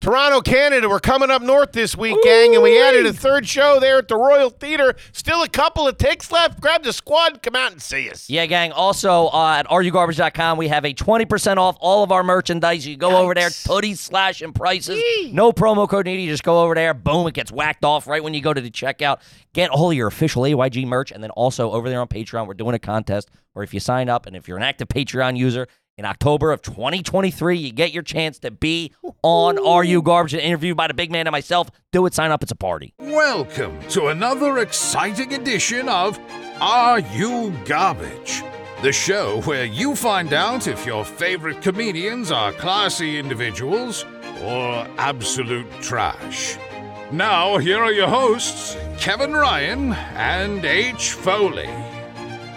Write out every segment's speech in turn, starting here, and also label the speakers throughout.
Speaker 1: Toronto, Canada. We're coming up north this week, gang, and we added a third show there at the Royal Theater. Still a couple of takes left. Grab the squad, come out and see us.
Speaker 2: Yeah, gang. Also, uh, at rugarbage.com, we have a 20% off all of our merchandise. You go over there, hoodies, slash, and prices. No promo code needed. You just go over there. Boom, it gets whacked off right when you go to the checkout. Get all your official AYG merch. And then also over there on Patreon, we're doing a contest where if you sign up and if you're an active Patreon user, in October of 2023, you get your chance to be on RU Garbage and interviewed by the big man and myself. Do it, sign up, it's a party.
Speaker 3: Welcome to another exciting edition of Are You Garbage? The show where you find out if your favorite comedians are classy individuals or absolute trash. Now, here are your hosts, Kevin Ryan and H. Foley.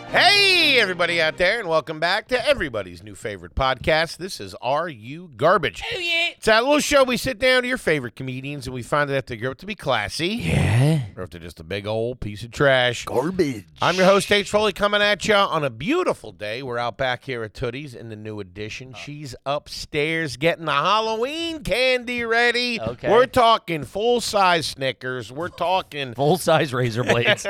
Speaker 1: Hey, everybody out there, and welcome back to everybody's new favorite podcast. This is Are You Garbage? Oh, yeah. It's that little show we sit down to your favorite comedians and we find out if they grow up to be classy. Yeah. Or if they're just a big old piece of trash.
Speaker 4: Garbage.
Speaker 1: I'm your host, H. Foley, coming at you on a beautiful day. We're out back here at Tootie's in the new edition. She's upstairs getting the Halloween candy ready.
Speaker 2: Okay.
Speaker 1: We're talking full size Snickers. We're talking.
Speaker 2: Full size razor blades.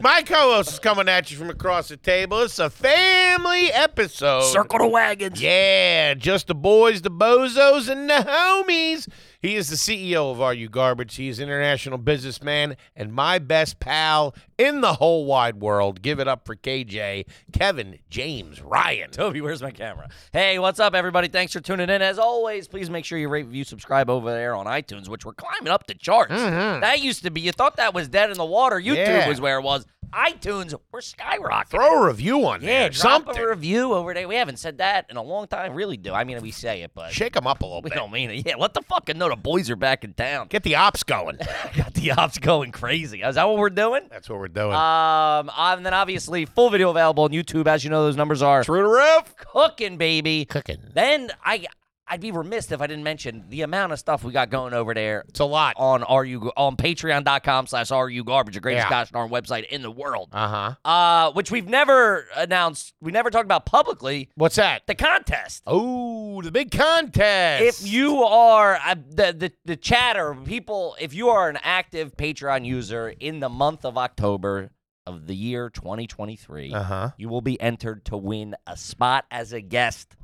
Speaker 1: My co host is coming at you from across the table. It's a family episode.
Speaker 4: Circle the wagons.
Speaker 1: Yeah, just the boys, the bozos, and the homies. He is the CEO of Are You Garbage. He is international businessman and my best pal in the whole wide world. Give it up for KJ, Kevin James Ryan.
Speaker 2: Toby, where's my camera? Hey, what's up, everybody? Thanks for tuning in. As always, please make sure you rate, review, subscribe over there on iTunes, which we're climbing up the charts. That used to be, you thought that was dead in the water. YouTube
Speaker 1: Mm-hmm. Yeah.
Speaker 2: was where it was. iTunes, we're skyrocketing.
Speaker 1: Throw a review on
Speaker 2: yeah,
Speaker 1: there.
Speaker 2: drop
Speaker 1: Something.
Speaker 2: a review over there. We haven't said that in a long time. Really do. I mean, we say it, but
Speaker 1: Shake them up a little
Speaker 2: we
Speaker 1: bit.
Speaker 2: don't mean it. Yeah, let the fucking know the boys are back in town.
Speaker 1: Get the ops going.
Speaker 2: Got the ops going crazy. Is that what we're doing?
Speaker 1: That's what we're doing.
Speaker 2: Um, and then obviously full video available on YouTube. As you know, those numbers are
Speaker 1: Through the roof.
Speaker 2: cooking, baby.
Speaker 1: Cooking.
Speaker 2: Then I I'd be remiss if I didn't mention the amount of stuff we got going over there
Speaker 1: It's a lot.
Speaker 2: on RU on patreon.com slash RU garbage, the greatest
Speaker 1: Yeah.
Speaker 2: gosh darn website in the world.
Speaker 1: Uh huh.
Speaker 2: Uh, which we've never announced, we never talked about publicly
Speaker 1: What's that?
Speaker 2: the contest.
Speaker 1: Oh, the big contest.
Speaker 2: If you are uh, the, the the chatter people, if you are an active Patreon user in the month of October of the year 2023,
Speaker 1: huh.
Speaker 2: you will be entered to win a spot as a guest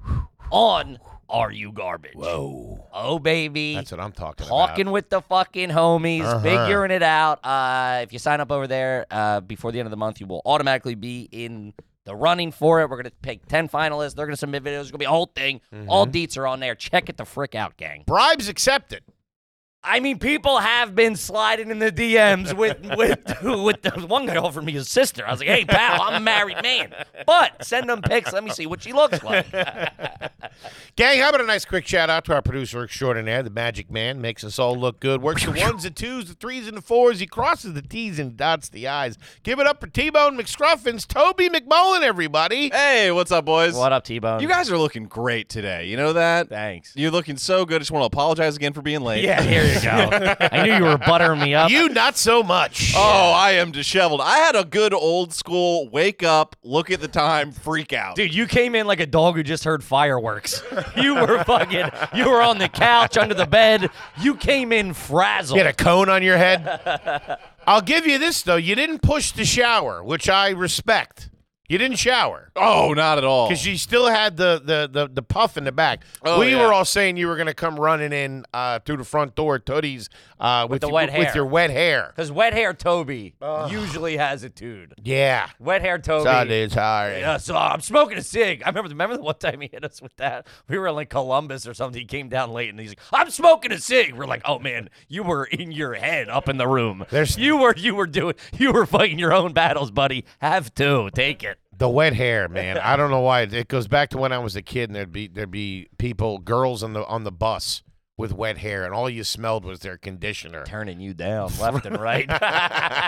Speaker 2: on Are You Garbage?
Speaker 1: Whoa.
Speaker 2: Oh, baby.
Speaker 1: That's what I'm talking
Speaker 2: Talking
Speaker 1: about.
Speaker 2: with the fucking homies,
Speaker 1: Uh-huh.
Speaker 2: figuring it out. Uh, if you sign up over there uh, before the end of the month, you will automatically be in the running for it. We're going to pick 10 finalists. They're going to submit videos. It's going to be a whole thing. All
Speaker 1: Mm-hmm.
Speaker 2: deets are on there. Check it the frick out, gang.
Speaker 1: Bribes accepted.
Speaker 2: I mean, people have been sliding in the DMs with with with the, one guy offered me his sister. I was like, "Hey, pal, I'm a married man, but send them pics. Let me see what she looks like."
Speaker 1: Gang, how about a nice quick shout out to our producer extraordinaire, the magic man, makes us all look good. Works the ones, the twos, the threes, and the fours. He crosses the T's and dots the I's. Give it up for T Bone McScruffins, Toby McMullen, everybody.
Speaker 5: Hey, what's up, boys?
Speaker 2: What up, T Bone?
Speaker 5: You guys are looking great today. You know that?
Speaker 2: thanks.
Speaker 5: You're looking so good. I just want to apologize again for being late.
Speaker 2: Yeah, here you go. I knew you were buttering me up.
Speaker 1: You, not so much.
Speaker 5: Oh, I am disheveled. I had a good old school wake up, look at the time, freak out.
Speaker 2: Dude, you came in like a dog who just heard fireworks. You were fucking, you were on the couch, under the bed. You came in frazzled.
Speaker 1: Get a cone on your head. I'll give you this, though. You didn't push the shower, which I respect. You didn't shower.
Speaker 5: Oh, not at all.
Speaker 1: Because you still had the, the, the, the puff in the back.
Speaker 5: Oh,
Speaker 1: we
Speaker 5: yeah.
Speaker 1: were all saying you were going to come running in uh, through the front door, Tootie's, uh, with,
Speaker 2: the
Speaker 1: your-
Speaker 2: wet hair.
Speaker 1: with your wet hair.
Speaker 2: Because wet hair Toby usually has a dude.
Speaker 1: Yeah.
Speaker 2: Wet hair Toby.
Speaker 1: Sunday's hard.
Speaker 2: Yeah, so uh, I'm smoking a cig. I remember, remember the one time he hit us with that. We were in like Columbus or something. He came down late and he's like, "I'm smoking a cig." We're like, "Oh man, you were in your head up in the room.
Speaker 1: There's-
Speaker 2: you were you were doing you were fighting your own battles, buddy. Have two, take it.
Speaker 1: The wet hair, man. I don't know why. It goes back to when I was a kid, and there'd be there'd be people, girls on the on the bus with wet hair, and all you smelled was their conditioner.
Speaker 2: Turning you down left and right.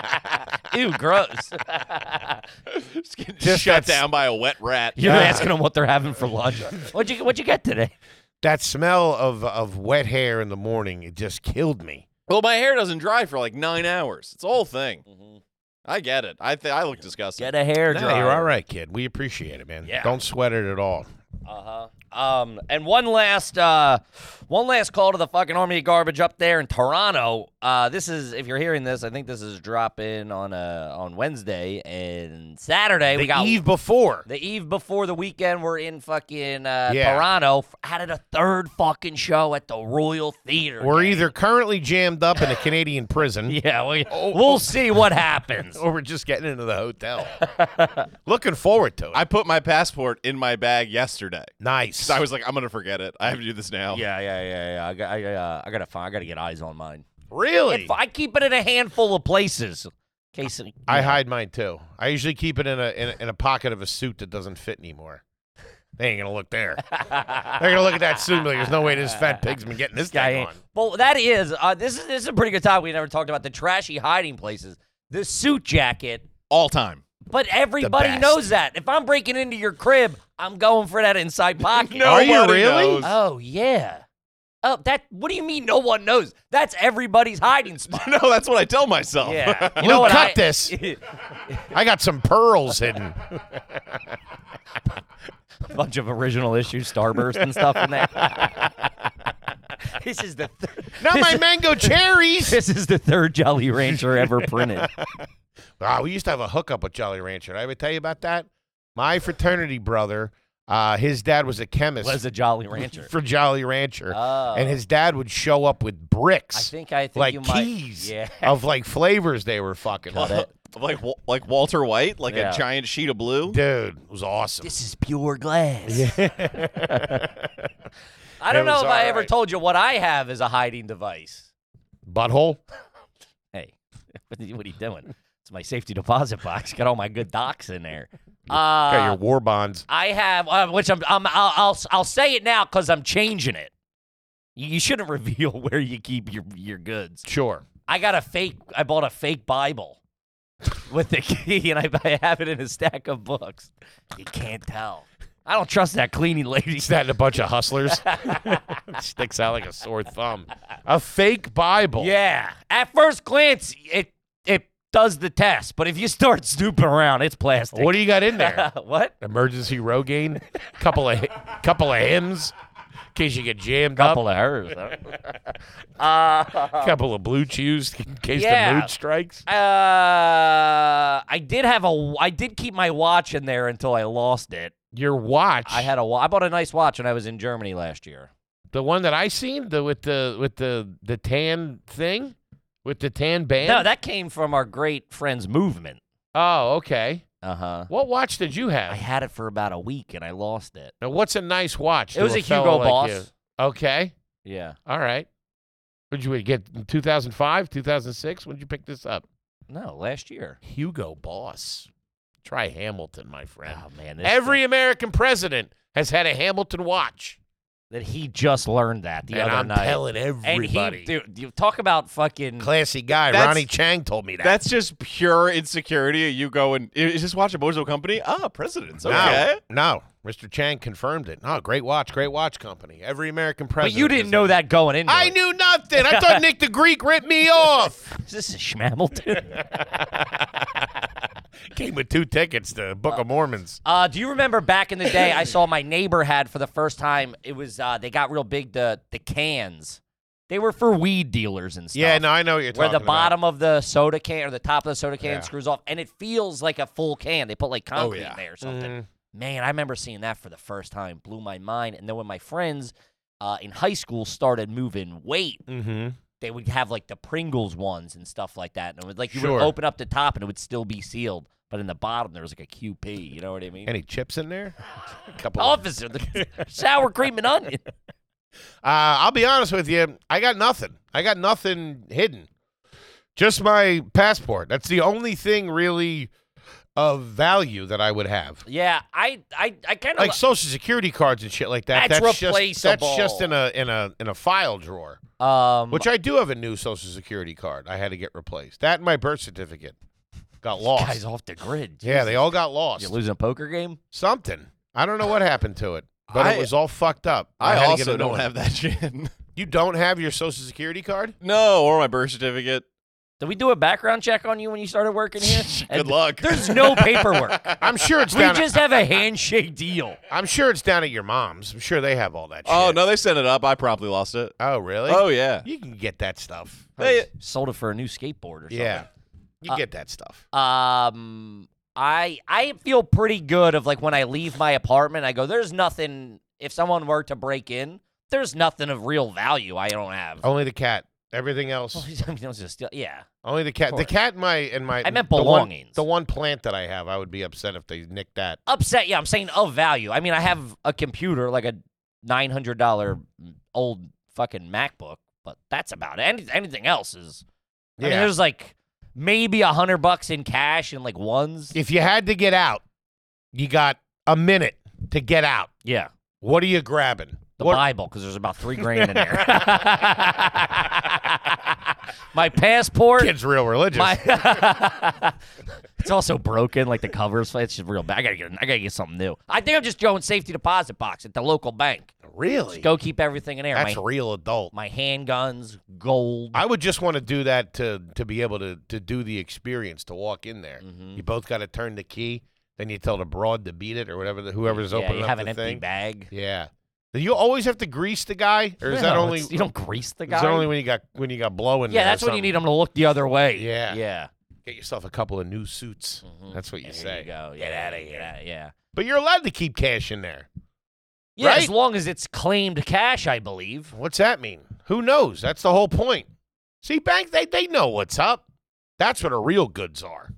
Speaker 2: Ew, gross.
Speaker 5: Just getting
Speaker 1: Just
Speaker 5: shut
Speaker 1: that's-
Speaker 5: down by a wet rat.
Speaker 2: You're asking them what they're having for lunch. What'd you What'd you get today?
Speaker 1: That smell of of wet hair in the morning, it just killed me.
Speaker 5: Well, my hair doesn't dry for like nine hours. It's the whole thing. I get it. I th- I look disgusting.
Speaker 2: Get a hair
Speaker 1: No,
Speaker 2: dryer.
Speaker 1: you're all right, kid. We appreciate it, man.
Speaker 2: Yeah.
Speaker 1: Don't sweat it at all.
Speaker 2: Uh huh. Um, and one last, uh, one last call to the fucking army of garbage up there in Toronto. Uh, this is if you're hearing this, I think this is dropping on uh on Wednesday and Saturday. we
Speaker 1: The
Speaker 2: got
Speaker 1: eve before.
Speaker 2: the eve before the weekend, we're in fucking uh,
Speaker 1: Yeah.
Speaker 2: Toronto. F- Added a third fucking show at the Royal Theater.
Speaker 1: We're
Speaker 2: gang.
Speaker 1: either currently jammed up in a Canadian prison,
Speaker 2: Yeah, we, we'll see what happens.
Speaker 1: or we're just getting into the hotel. Looking forward to it.
Speaker 5: I put my passport in my bag yesterday.
Speaker 1: nice.
Speaker 5: I was like, I'm gonna forget it. I have to do this now.
Speaker 2: yeah, yeah, yeah, yeah. I got, I, uh, I gotta find. I gotta get eyes on mine.
Speaker 1: really.
Speaker 2: If I keep it in a handful of places. in Case it-
Speaker 1: I hide mine too. I usually keep it in a, in a in a pocket of a suit that doesn't fit anymore. They ain't gonna look there. They're gonna look at that suit and be like, "There's no way this fat pig's been getting this
Speaker 2: guy
Speaker 1: thing
Speaker 2: ain't-
Speaker 1: on."
Speaker 2: Well, that is. Uh, this is this is a pretty good topic. We never talked about the trashy hiding places. The suit jacket.
Speaker 5: All time.
Speaker 2: But everybody
Speaker 1: best.
Speaker 2: knows that. If I'm breaking into your crib, I'm going for that inside pocket.
Speaker 1: Are you
Speaker 5: Nobody
Speaker 1: really?
Speaker 5: knows.
Speaker 2: Oh yeah. Oh, that. What do you mean? No one knows. That's everybody's hiding spot.
Speaker 5: no, that's what I tell myself.
Speaker 2: Yeah. You
Speaker 1: Lou,
Speaker 2: know what
Speaker 1: cut
Speaker 2: I-
Speaker 1: this. I got some pearls hidden.
Speaker 2: bunch of original issues, Starburst and stuff in there. this is the third,
Speaker 1: Not my mango cherries.
Speaker 2: this is the third Jolly Rancher ever printed.
Speaker 1: Ah, we used to have a hookup with Jolly Rancher. Did I ever tell you about that? My fraternity brother, uh, his dad was a chemist
Speaker 2: Was a Jolly Rancher.
Speaker 1: for Jolly Rancher,
Speaker 2: Oh.
Speaker 1: and his dad would show up with bricks,
Speaker 2: I think I think
Speaker 1: like
Speaker 2: you might.
Speaker 1: keys
Speaker 2: Yeah.
Speaker 1: of like flavors they were fucking.
Speaker 2: Got it.
Speaker 5: Like Wa- like Walter White, like
Speaker 2: Yeah.
Speaker 5: a giant sheet of blue.
Speaker 1: Dude, it was awesome.
Speaker 2: This is pure glass. I
Speaker 1: It
Speaker 2: don't know
Speaker 1: was
Speaker 2: if I
Speaker 1: all
Speaker 2: ever
Speaker 1: right.
Speaker 2: told you what I have as a hiding device.
Speaker 1: Butthole.
Speaker 2: Hey, what are you- what are you doing? It's my safety deposit box. Got all my good docs in there. Uh,
Speaker 1: Got your war bonds.
Speaker 2: I have, uh, which I'm, I'm I'll, I'll, I'll say it now because I'm changing it. You, you shouldn't reveal where you keep your, your goods.
Speaker 1: Sure.
Speaker 2: I got a fake. I bought a fake Bible with the key, and I, I have it in a stack of books. You can't tell. I don't trust that cleaning lady.
Speaker 1: He's that and a bunch of hustlers. Sticks out like a sore thumb. A fake Bible.
Speaker 2: Yeah. At first glance, it it does the test, but if you start snooping around, it's plastic.
Speaker 1: What do you got in there?
Speaker 2: what?
Speaker 1: Emergency Rogaine. Couple of couple of hymns. In case you get jammed
Speaker 2: Couple of hers. Uh,
Speaker 1: up. Couple of blue chews in case
Speaker 2: Uh-huh. Yeah.
Speaker 1: the mood strikes.
Speaker 2: Uh, I did have a. I did keep my watch in there until I lost it.
Speaker 1: Your watch.
Speaker 2: I had a. wa- I bought a nice watch when I was in Germany last year.
Speaker 1: the one that I seen the with the with the the tan thing with the tan band.
Speaker 2: No, that came from our great friends movement.
Speaker 1: oh, okay.
Speaker 2: Uh huh.
Speaker 1: What watch did you have?
Speaker 2: I had it for about a week and I lost it.
Speaker 1: now, what's a nice watch?
Speaker 2: It
Speaker 1: to
Speaker 2: was a
Speaker 1: fella
Speaker 2: Hugo
Speaker 1: like
Speaker 2: Boss.
Speaker 1: you? Okay.
Speaker 2: Yeah.
Speaker 1: All right. What'd you get? in 2005, 2006? When'd you pick this up?
Speaker 2: No, last year.
Speaker 1: Hugo Boss. Try Hamilton, my friend.
Speaker 2: Oh man, this
Speaker 1: Every
Speaker 2: thing-
Speaker 1: American president has had a Hamilton watch.
Speaker 2: that he just learned that the
Speaker 1: and
Speaker 2: other
Speaker 1: I'm
Speaker 2: night.
Speaker 1: telling
Speaker 2: and he,
Speaker 1: everybody.
Speaker 2: dude, you talk about fucking.
Speaker 1: Classy guy.
Speaker 5: That's-
Speaker 1: Ronnie Chang told me that.
Speaker 5: That's just pure insecurity. You go and you just watch a Bozo Company. Ah, presidents. Okay.
Speaker 1: No, no. Mr. Chang confirmed it. No, great watch, great watch company. Every American
Speaker 2: but
Speaker 1: president.
Speaker 2: you didn't
Speaker 1: has
Speaker 2: know
Speaker 1: had-
Speaker 2: that going in.
Speaker 1: I knew nothing. I thought Nick the Greek ripped me off.
Speaker 2: Is this a Schmamelton?
Speaker 1: Came with two tickets to Book of Mormons.
Speaker 2: uh, do you remember back in the day? I saw my neighbor had for the first time. It was uh, they got real big. The the cans. They were for weed dealers and stuff.
Speaker 1: Yeah, no, I know what you're
Speaker 2: where
Speaker 1: talking
Speaker 2: the
Speaker 1: about.
Speaker 2: bottom of the soda can or the top of the soda can
Speaker 1: Yeah. Oh,
Speaker 2: screws off, and it feels like a full can. They put like concrete
Speaker 5: yeah.
Speaker 2: in there or something.
Speaker 1: Mm-hmm.
Speaker 2: Man, I remember seeing that for the first time, blew my mind. And then when my friends uh, in high school started moving weight,
Speaker 1: Mm-hmm.
Speaker 2: they would have like the Pringles ones and stuff like that. And it would like you
Speaker 1: Sure.
Speaker 2: would open up the top and it would still be sealed, but in the bottom there was like a QP. You know what I mean?
Speaker 1: Any chips in there? A couple. of-
Speaker 2: Officer, the sour cream and onion.
Speaker 1: Uh, I'll be honest with you. I got nothing. I got nothing hidden. Just my passport. That's the only thing really of value that I would have.
Speaker 2: Yeah, I, I, I kind of
Speaker 1: Like social security cards and shit like that.
Speaker 2: That's
Speaker 1: just that's just in
Speaker 2: replaceable.
Speaker 1: a in a in a file drawer.
Speaker 5: Mm.
Speaker 2: um,
Speaker 1: Which I do have a new social security card. I had to get replaced. That and my birth certificate got lost.
Speaker 2: oh, guys off the grid.
Speaker 1: yeah, they all got lost.
Speaker 2: You losing a poker game?
Speaker 1: Something. I don't know what happened to it, but
Speaker 5: I-
Speaker 1: it was all fucked up. had
Speaker 5: I,
Speaker 1: to get a
Speaker 5: also
Speaker 1: new
Speaker 5: don't
Speaker 1: one.
Speaker 5: have that chin.
Speaker 1: You don't have your social security card?
Speaker 5: no, or my birth certificate.
Speaker 2: Did we do a background check on you when you started working here?
Speaker 5: Good luck.
Speaker 2: There's no paperwork.
Speaker 1: I'm sure it's
Speaker 2: we
Speaker 1: down.
Speaker 2: just have a handshake deal.
Speaker 1: I'm sure it's down at your mom's. I'm sure they have all that.
Speaker 5: Oh
Speaker 1: shit.
Speaker 5: no, they sent it up. I probably lost it.
Speaker 1: Oh really?
Speaker 5: Oh yeah.
Speaker 1: You can get that stuff.
Speaker 5: They-
Speaker 2: Sold it for a new skateboard or something.
Speaker 1: yeah. You
Speaker 2: Uh,
Speaker 1: get that stuff.
Speaker 2: Um, I I feel pretty good of like when I leave my apartment, I go. There's nothing. If someone were to break in, there's nothing of real value I don't have.
Speaker 5: Oh.
Speaker 1: Only the cat. Everything else.
Speaker 2: Well, I mean, it was just- yeah.
Speaker 1: Only the cat. The
Speaker 2: course.
Speaker 1: cat. and My and my.
Speaker 2: I meant
Speaker 1: the one-
Speaker 2: belongings.
Speaker 1: The one, plant that I have, I would be upset if they nicked that.
Speaker 2: Upset. Yeah, I'm saying of value. I mean, I have a computer like a nine hundred dollar old fucking MacBook, but that's about it. Any, anything else is. I
Speaker 1: Yeah.
Speaker 2: mean, there's like maybe a hundred bucks in cash and like ones.
Speaker 1: if you had to get out, you got a minute to get out.
Speaker 2: Yeah.
Speaker 1: What are you grabbing?
Speaker 2: the
Speaker 1: What-
Speaker 2: Bible because there's about three grand in there. my passport.
Speaker 1: Kid's real religious.
Speaker 2: My it's also broken, like the covers. It's just real bad. I gotta get. I gotta get something new. I think I'm just going safety deposit box at the local bank.
Speaker 1: really?
Speaker 2: Go keep everything in there.
Speaker 1: That's
Speaker 2: my,
Speaker 1: real adult.
Speaker 2: my handguns, gold.
Speaker 1: I would just want to do that to to be able to to do the experience to walk in there.
Speaker 2: Mhm.
Speaker 1: You both got to turn the key. Then you tell the broad to beat it or whatever the, whoever's
Speaker 2: yeah,
Speaker 1: opening
Speaker 2: you
Speaker 1: up
Speaker 2: have
Speaker 1: the
Speaker 2: an empty
Speaker 1: thing.
Speaker 2: bag.
Speaker 1: Yeah. Do you always have to grease the guy, or is that
Speaker 2: No,
Speaker 1: only?
Speaker 2: it's- you don't grease the
Speaker 1: is
Speaker 2: guy?
Speaker 1: that only when you got when you got blow in
Speaker 2: yeah,
Speaker 1: there or
Speaker 2: that's when you
Speaker 1: something?
Speaker 2: need them to look the other way.
Speaker 1: Yeah.
Speaker 2: yeah.
Speaker 1: Get yourself a couple of new suits.
Speaker 2: Mhm.
Speaker 1: That's what you
Speaker 2: There
Speaker 1: say.
Speaker 2: You go.
Speaker 1: Get
Speaker 2: Yeah,
Speaker 1: outta here.
Speaker 2: Yeah, yeah.
Speaker 1: But you're allowed to keep cash in there.
Speaker 2: Yeah,
Speaker 1: Right?
Speaker 2: as long as it's claimed cash, I believe.
Speaker 1: What's that mean? Who knows? That's the whole point. See, bank they they know what's up. That's what our real goods are.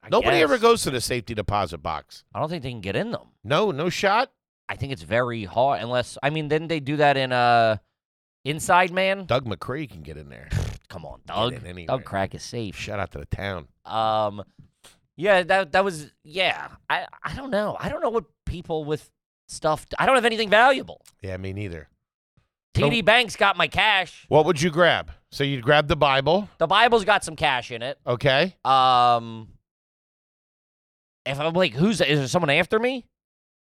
Speaker 2: I
Speaker 1: Nobody ever
Speaker 2: guess.
Speaker 1: goes to the safety deposit box.
Speaker 2: I don't think they can get in them.
Speaker 1: No, no shot.
Speaker 2: I think it's very hard unless I mean, didn't they do that in uh Inside Man?
Speaker 1: Doug McCree can get in there.
Speaker 2: Come on,
Speaker 1: Get
Speaker 2: Doug.
Speaker 1: in anyway.
Speaker 2: Doug Crack is safe.
Speaker 1: Shout out to the town.
Speaker 2: Um Yeah, that that was yeah. I I don't know. I don't know what people with stuff I don't have anything valuable.
Speaker 1: Yeah, me neither.
Speaker 2: TD Banks got my cash.
Speaker 1: What would you grab? So you'd grab the Bible,
Speaker 2: The Bible's got some cash in it.
Speaker 1: okay?
Speaker 2: Um if I'm like, who's is there someone after me?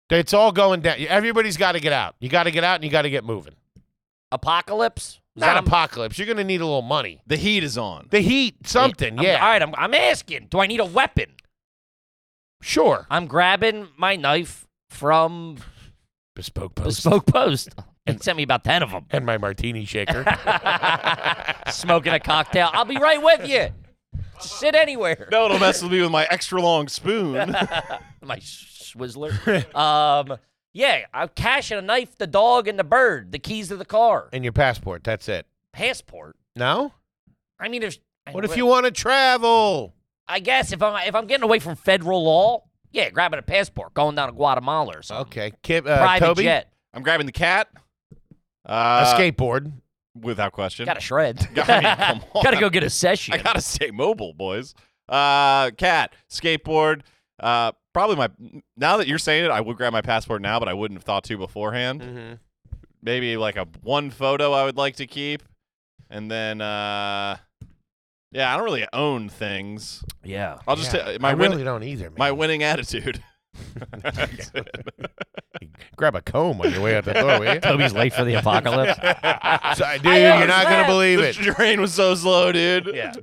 Speaker 1: It's all going down. Everybody's got to get out. You got to get out and you got to get moving.
Speaker 2: Apocalypse? Is
Speaker 1: Not
Speaker 2: that him?
Speaker 1: apocalypse. You're going to need a little money.
Speaker 5: The heat is on.
Speaker 1: The heat, something.
Speaker 2: I'm-
Speaker 1: Yeah,
Speaker 2: All right, I'm, I'm asking. Do I need a weapon?
Speaker 1: sure.
Speaker 2: I'm grabbing my knife from
Speaker 1: Bespoke post.
Speaker 2: Bespoke Post. and sent me about 10 of them.
Speaker 1: and my martini shaker.
Speaker 2: Smoking a cocktail. I'll be right with you. Just sit anywhere.
Speaker 5: No, it'll mess with me with my extra long spoon.
Speaker 2: my swizzler. um, yeah, I'm cashing a knife, the dog, and the bird, the keys to the car,
Speaker 1: and your passport. That's it.
Speaker 2: passport.
Speaker 1: No?
Speaker 2: I mean, if
Speaker 1: What if you want to travel?
Speaker 2: I guess if I'm if I'm getting away from federal law, yeah, grabbing a passport, going down to Guatemala or something.
Speaker 1: Okay. Kip, uh,
Speaker 2: Private
Speaker 1: Toby,
Speaker 2: jet.
Speaker 5: I'm grabbing the cat.
Speaker 1: a
Speaker 5: Uh,
Speaker 1: skateboard.
Speaker 5: Without question.
Speaker 2: Got to shred.
Speaker 5: I mean, come on.
Speaker 2: Gotta go get a session.
Speaker 5: I gotta stay mobile, boys. Uh, cat, skateboard. Uh, probably my. Now that you're saying it, I would grab my passport now, but I wouldn't have thought to beforehand. Maybe like a one photo I would like to keep, and then uh, yeah, I don't really own things.
Speaker 2: yeah.
Speaker 5: I'll just
Speaker 1: Yeah,
Speaker 5: ta- my
Speaker 1: I
Speaker 5: win-
Speaker 1: really don't either. Man.
Speaker 5: my winning attitude. That's it.
Speaker 1: Grab a comb on your way out the door, will you?
Speaker 2: Toby's late for the apocalypse.
Speaker 1: So- dude,
Speaker 2: I
Speaker 1: you're not going to
Speaker 2: understand.
Speaker 1: believe
Speaker 5: the
Speaker 1: it.
Speaker 5: train was so slow, dude.
Speaker 2: yeah.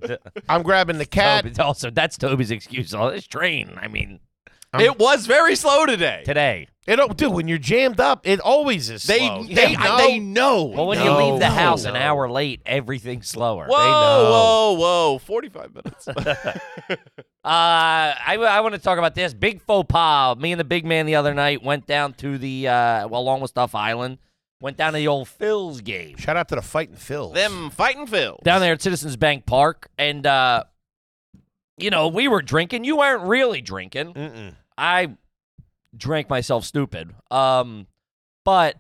Speaker 1: I'm grabbing the cat.
Speaker 2: Toby, also, that's Toby's excuse. Oh, this train. I mean,
Speaker 5: it was very slow today.
Speaker 2: today.
Speaker 1: It'll, dude, when you're jammed up, it always is
Speaker 5: They
Speaker 1: slow.
Speaker 5: they
Speaker 1: know.
Speaker 5: they know.
Speaker 2: Well, when
Speaker 1: No,
Speaker 2: you leave the
Speaker 1: no,
Speaker 2: house an
Speaker 1: no.
Speaker 2: hour late, everything's slower.
Speaker 5: whoa,
Speaker 1: know.
Speaker 5: whoa, whoa, forty-five minutes.
Speaker 2: Uh, I, I want to talk about this big faux pas. Me and the big man the other night went down to the uh, well, along with Stuff Island, went down to the old Phil's game.
Speaker 1: Shout out to the fighting Phil.
Speaker 5: Them fighting Phil.
Speaker 2: down there at Citizens Bank Park, and uh, you know we were drinking. You weren't really drinking.
Speaker 1: Mm-mm.
Speaker 2: I drank myself stupid. Um, but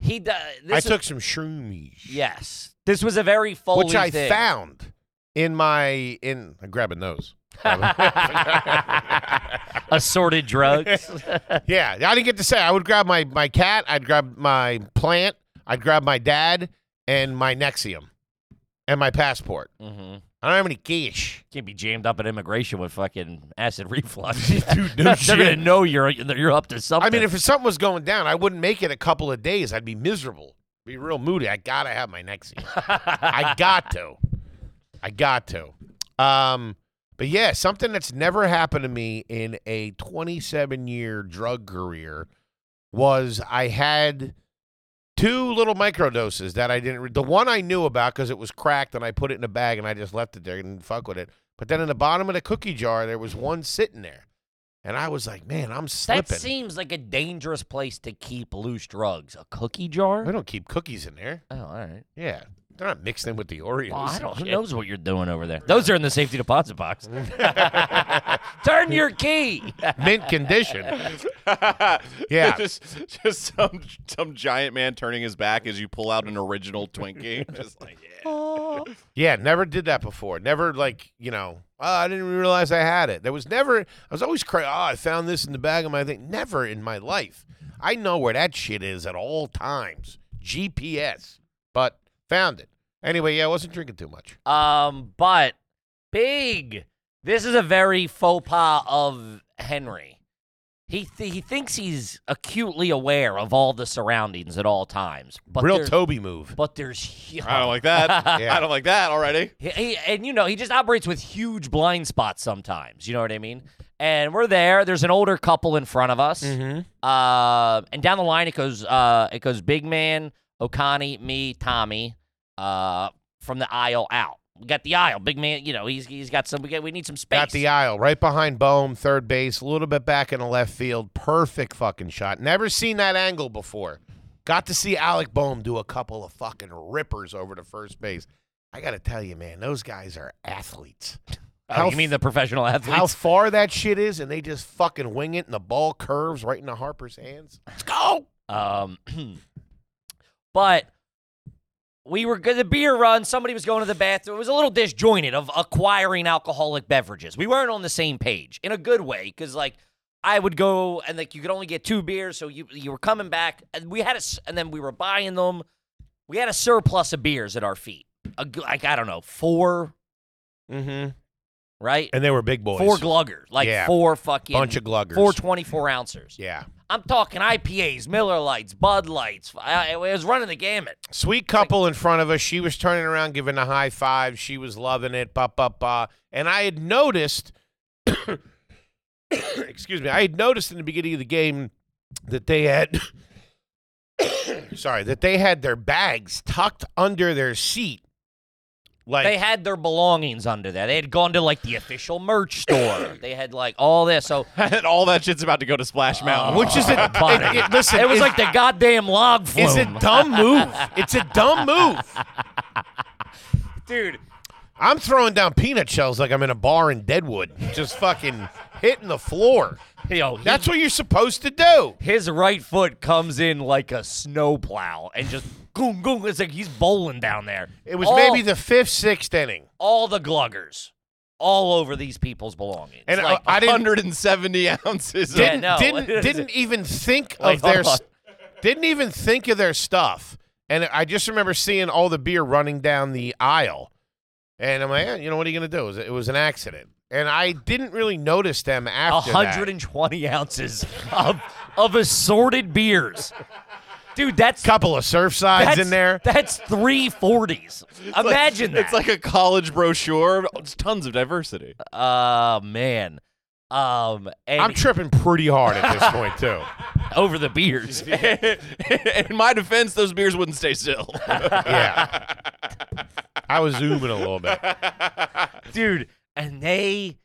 Speaker 2: he. d- This
Speaker 1: I
Speaker 2: is-
Speaker 1: took some shroomies.
Speaker 2: Yes, this was a very Foley
Speaker 1: which I
Speaker 2: thing.
Speaker 1: found in my in I'm grabbing those.
Speaker 2: Assorted drugs.
Speaker 1: yeah, I didn't get to say. I would grab my my cat. I'd grab my plant. I'd grab my dad and my Nexium and my passport.
Speaker 2: mm-hmm.
Speaker 1: I don't have any cash.
Speaker 2: Can't be jammed up at immigration with fucking acid reflux.
Speaker 1: Dude, no
Speaker 2: They're
Speaker 1: shit.
Speaker 2: gonna know you're you're up to something.
Speaker 1: I mean, if something was going down, I wouldn't make it a couple of days. I'd be miserable. Be real moody. I gotta have my Nexium. I got to. I got to. Um, but yeah, something that's never happened to me in a 27 year drug career was I had two little microdoses that I didn't. Re- the one I knew about because it was cracked and I put it in a bag and I just left it there and didn't fuck with it. But then in the bottom of the cookie jar, there was one sitting there. And I was like, man, I'm
Speaker 2: That
Speaker 1: slipping.
Speaker 2: seems like a dangerous place to keep loose drugs. A cookie
Speaker 1: we
Speaker 2: jar?
Speaker 1: don't keep cookies in there.
Speaker 2: Oh, all right.
Speaker 1: Yeah. They're not mixed in with the Oreos.
Speaker 2: Well, I don't, who
Speaker 1: Shit.
Speaker 2: knows what you're doing over there? Those are in the safety deposit box. Turn your key.
Speaker 1: Mint condition. Yeah.
Speaker 5: just just some some giant man turning his back as you pull out an original Twinkie. just like yeah.
Speaker 4: Oh.
Speaker 1: Yeah, never did that before. Never like you know. Oh, I didn't even realize I had it. There was never. I was always crazy. Oh, I found this in the bag of my thing. Never in my life. I know where that shit is at all times. GPS. But found it anyway. Yeah, I wasn't drinking too much.
Speaker 2: Um, but big. This is a very faux pas of Henry. He th- he thinks he's acutely aware of all the surroundings at all times. But
Speaker 1: Real
Speaker 2: there-
Speaker 1: Toby move.
Speaker 2: But there's hu-
Speaker 5: I don't like that.
Speaker 1: Yeah.
Speaker 5: I don't like that already.
Speaker 2: He- he- and you know he just operates with huge blind spots sometimes. You know what I mean? And we're there. There's an older couple in front of us.
Speaker 5: Mm-hmm.
Speaker 2: Uh, and down the line it goes uh, it goes big man, Okani, me, Tommy, uh, from the aisle out. We got the aisle, big man. You know he's he's got some. We, got, we need some space.
Speaker 1: Got the aisle right behind Boehm, third base, a little bit back in the left field. Perfect fucking shot. Never seen that angle before. Got to see Alec Boehm do a couple of fucking rippers over to first base. I got to tell you, man, those guys are athletes.
Speaker 2: Oh,
Speaker 1: How
Speaker 2: you mean
Speaker 1: f-
Speaker 2: the professional athletes?
Speaker 1: How far that shit is, and they just fucking wing it, and the ball curves right into Harper's hands. Let's go.
Speaker 2: Um, but we were good. The beer run. Somebody was going to the bathroom. It was a little disjointed of acquiring alcoholic beverages. We weren't on the same page in a good way because like I would go and like you could only get two beers, so you you were coming back and we had a s- and then we were buying them. We had a surplus of beers at our feet. A, g- like I don't know four
Speaker 1: Mm-hmm.
Speaker 2: right.
Speaker 1: And they were big boys.
Speaker 2: Four gluggers, like
Speaker 1: Yeah.
Speaker 2: four fucking
Speaker 1: bunch of gluggers.
Speaker 2: four twenty four ounces.
Speaker 1: yeah.
Speaker 2: I'm talking IPAs, Miller Lights, Bud Lights. I, I was running the gamut.
Speaker 1: Sweet couple in front of us. She was turning around, giving a high five. She was loving it. Ba ba ba. And I had noticed, excuse me, I had noticed in the beginning of the game that they had, sorry, that they had their bags tucked under their seat. Like
Speaker 2: They had their belongings under there. They had gone to like the official merch store. they had like all this. So
Speaker 5: and all that shit's about to go to Splash Mountain.
Speaker 1: Which is a-
Speaker 2: buddy.
Speaker 1: it- it- listen,
Speaker 2: It was
Speaker 1: is-
Speaker 2: like the goddamn log flume.
Speaker 1: It's a dumb move. It's a dumb move.
Speaker 2: dude?
Speaker 1: I'm throwing down peanut shells like I'm in a bar in Deadwood, just fucking hitting the floor.
Speaker 2: Yo, he-
Speaker 1: That's what you're supposed to do.
Speaker 2: his right foot comes in like a snowplow and just goom goom. It's like he's bowling down there.
Speaker 1: It was
Speaker 2: All-
Speaker 1: maybe the fifth, sixth inning,
Speaker 2: all the gluggers, all over these people's belongings.
Speaker 1: and uh,
Speaker 5: uh,
Speaker 2: like,
Speaker 1: I, I didn't
Speaker 5: 170 ounces.
Speaker 1: didn't
Speaker 2: no.
Speaker 1: didn't didn't even think
Speaker 2: Wait,
Speaker 1: of their
Speaker 2: hold on.
Speaker 1: s- didn't even think of their stuff. And I just remember seeing all the beer running down the aisle, and I'm like, eh, you know what are you gonna do? It was, it was an accident, and I didn't really notice them after that.
Speaker 2: 120 ounces of, of assorted beers. Dude, that's
Speaker 1: couple of surf sides
Speaker 2: that's,
Speaker 1: in there.
Speaker 2: That's 340s. Imagine that.
Speaker 5: It's like a college brochure. It's tons of diversity.
Speaker 2: oh man. Um and
Speaker 1: I'm tripping pretty hard at this point too.
Speaker 2: over the beers.
Speaker 5: In my defense, those beers wouldn't stay still.
Speaker 1: Yeah, I was zooming a little bit.
Speaker 2: Dude, and they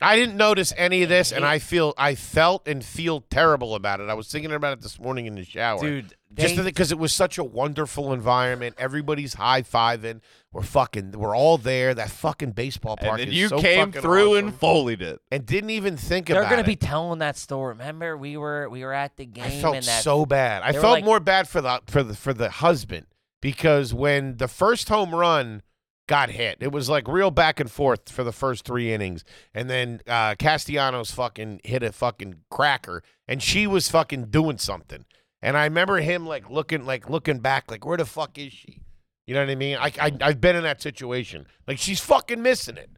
Speaker 1: I didn't notice any of this, and I feel I felt and feel terrible about it. I was thinking about it this morning in the shower,
Speaker 2: dude they,
Speaker 1: Just because it was such a wonderful environment, everybody's high fiving. We're fucking, we're all there. That fucking baseball park.
Speaker 5: and then
Speaker 1: is
Speaker 5: you
Speaker 1: so
Speaker 5: came
Speaker 1: fucking
Speaker 5: through
Speaker 1: awesome.
Speaker 5: and folied it.
Speaker 1: and didn't even think
Speaker 2: they're
Speaker 1: about
Speaker 2: gonna
Speaker 1: it.
Speaker 2: be telling that story. Remember, we were we were at the game
Speaker 1: I felt
Speaker 2: and that
Speaker 1: so bad. I
Speaker 2: they were
Speaker 1: felt
Speaker 2: like-
Speaker 1: more bad for the for the for the husband because when the first home run got hit, it was like real back and forth for the first three innings, and then uh, Castellanos fucking hit a fucking cracker, and she was fucking doing something, and I remember him like looking like looking back like where the fuck is she? You know what I mean? I, I I've been in that situation. Like she's fucking missing it.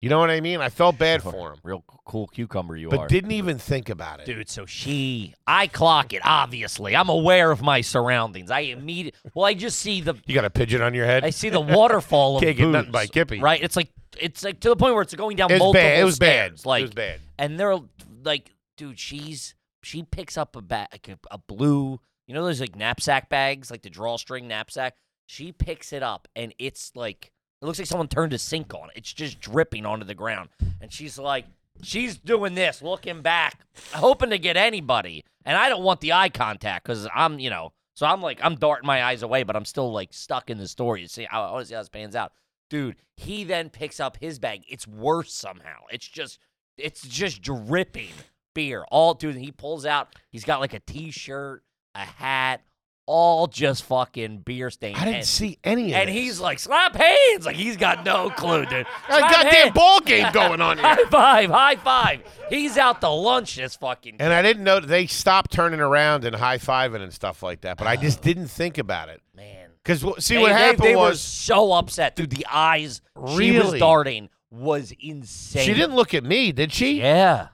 Speaker 1: You know what I mean? I felt bad for him,
Speaker 2: Real c- cool cucumber you
Speaker 1: but
Speaker 2: are.
Speaker 1: didn't even think about it.
Speaker 2: Dude, so she, I clock it, obviously. I'm aware of my surroundings. I immediately, well, I just see the,
Speaker 1: You got a pigeon on your head?
Speaker 2: I see the waterfall of
Speaker 1: Can't get nothing
Speaker 2: boobs,
Speaker 1: by Kippy.
Speaker 2: Right? It's like, it's like to the point where it's going down
Speaker 1: it was
Speaker 2: multiple
Speaker 1: bad. It was bad.
Speaker 2: stairs. Like,
Speaker 1: it was bad.
Speaker 2: and they're like, dude, she's, she picks up a bag, like a, a blue, you know those like knapsack bags, like the drawstring knapsack? She picks it up and it's like, it looks like someone turned a sink on. it. It's just dripping onto the ground. And she's like, she's doing this, looking back, hoping to get anybody. And I don't want the eye contact because I'm, you know, so I'm like, I'm darting my eyes away, but I'm still like stuck in the story. See, I, I want to see how this pans out. Dude, he then picks up his bag. It's worse somehow. It's just, it's just dripping beer all dude. And he pulls out. He's got like a t-shirt, a hat, all just fucking beer stained.
Speaker 1: I didn't
Speaker 2: and,
Speaker 1: see any of
Speaker 2: and
Speaker 1: it.
Speaker 2: he's like, slap hands. Like he's got no clue,
Speaker 1: got
Speaker 2: dude.
Speaker 1: a
Speaker 2: Slap
Speaker 1: goddamn
Speaker 2: hands.
Speaker 1: ball game going on here.
Speaker 2: High five, high five. He's out to lunch this fucking.
Speaker 1: And I didn't know they stopped turning around and high fiving and stuff like that, but I just didn't think about it.
Speaker 2: man.
Speaker 1: Because see,
Speaker 2: They-
Speaker 1: what
Speaker 2: they,
Speaker 1: happened
Speaker 2: they were
Speaker 1: was
Speaker 2: so upset. Dude, the eyes she was
Speaker 1: Really?
Speaker 2: darting was insane.
Speaker 1: she didn't look at me, did she?
Speaker 2: Yeah.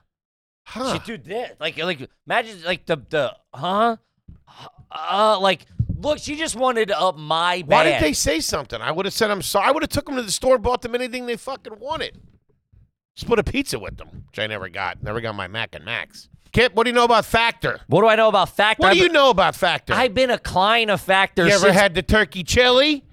Speaker 1: Huh.
Speaker 2: She did that. Like like imagine like the the huh? Uh like look, she just wanted up my bad.
Speaker 1: Why did they say something? I would have said I'm sorry. I would have took them to the store, bought them anything they fucking wanted. Split a pizza with them, which I never got. Never got my Mac and Max. Kip, what do you know about Factor?
Speaker 2: What do I know about Factor?
Speaker 1: What
Speaker 2: I've,
Speaker 1: do you know about Factor?
Speaker 2: I've been a client of Factor
Speaker 1: you ever
Speaker 2: since-
Speaker 1: had the turkey chili?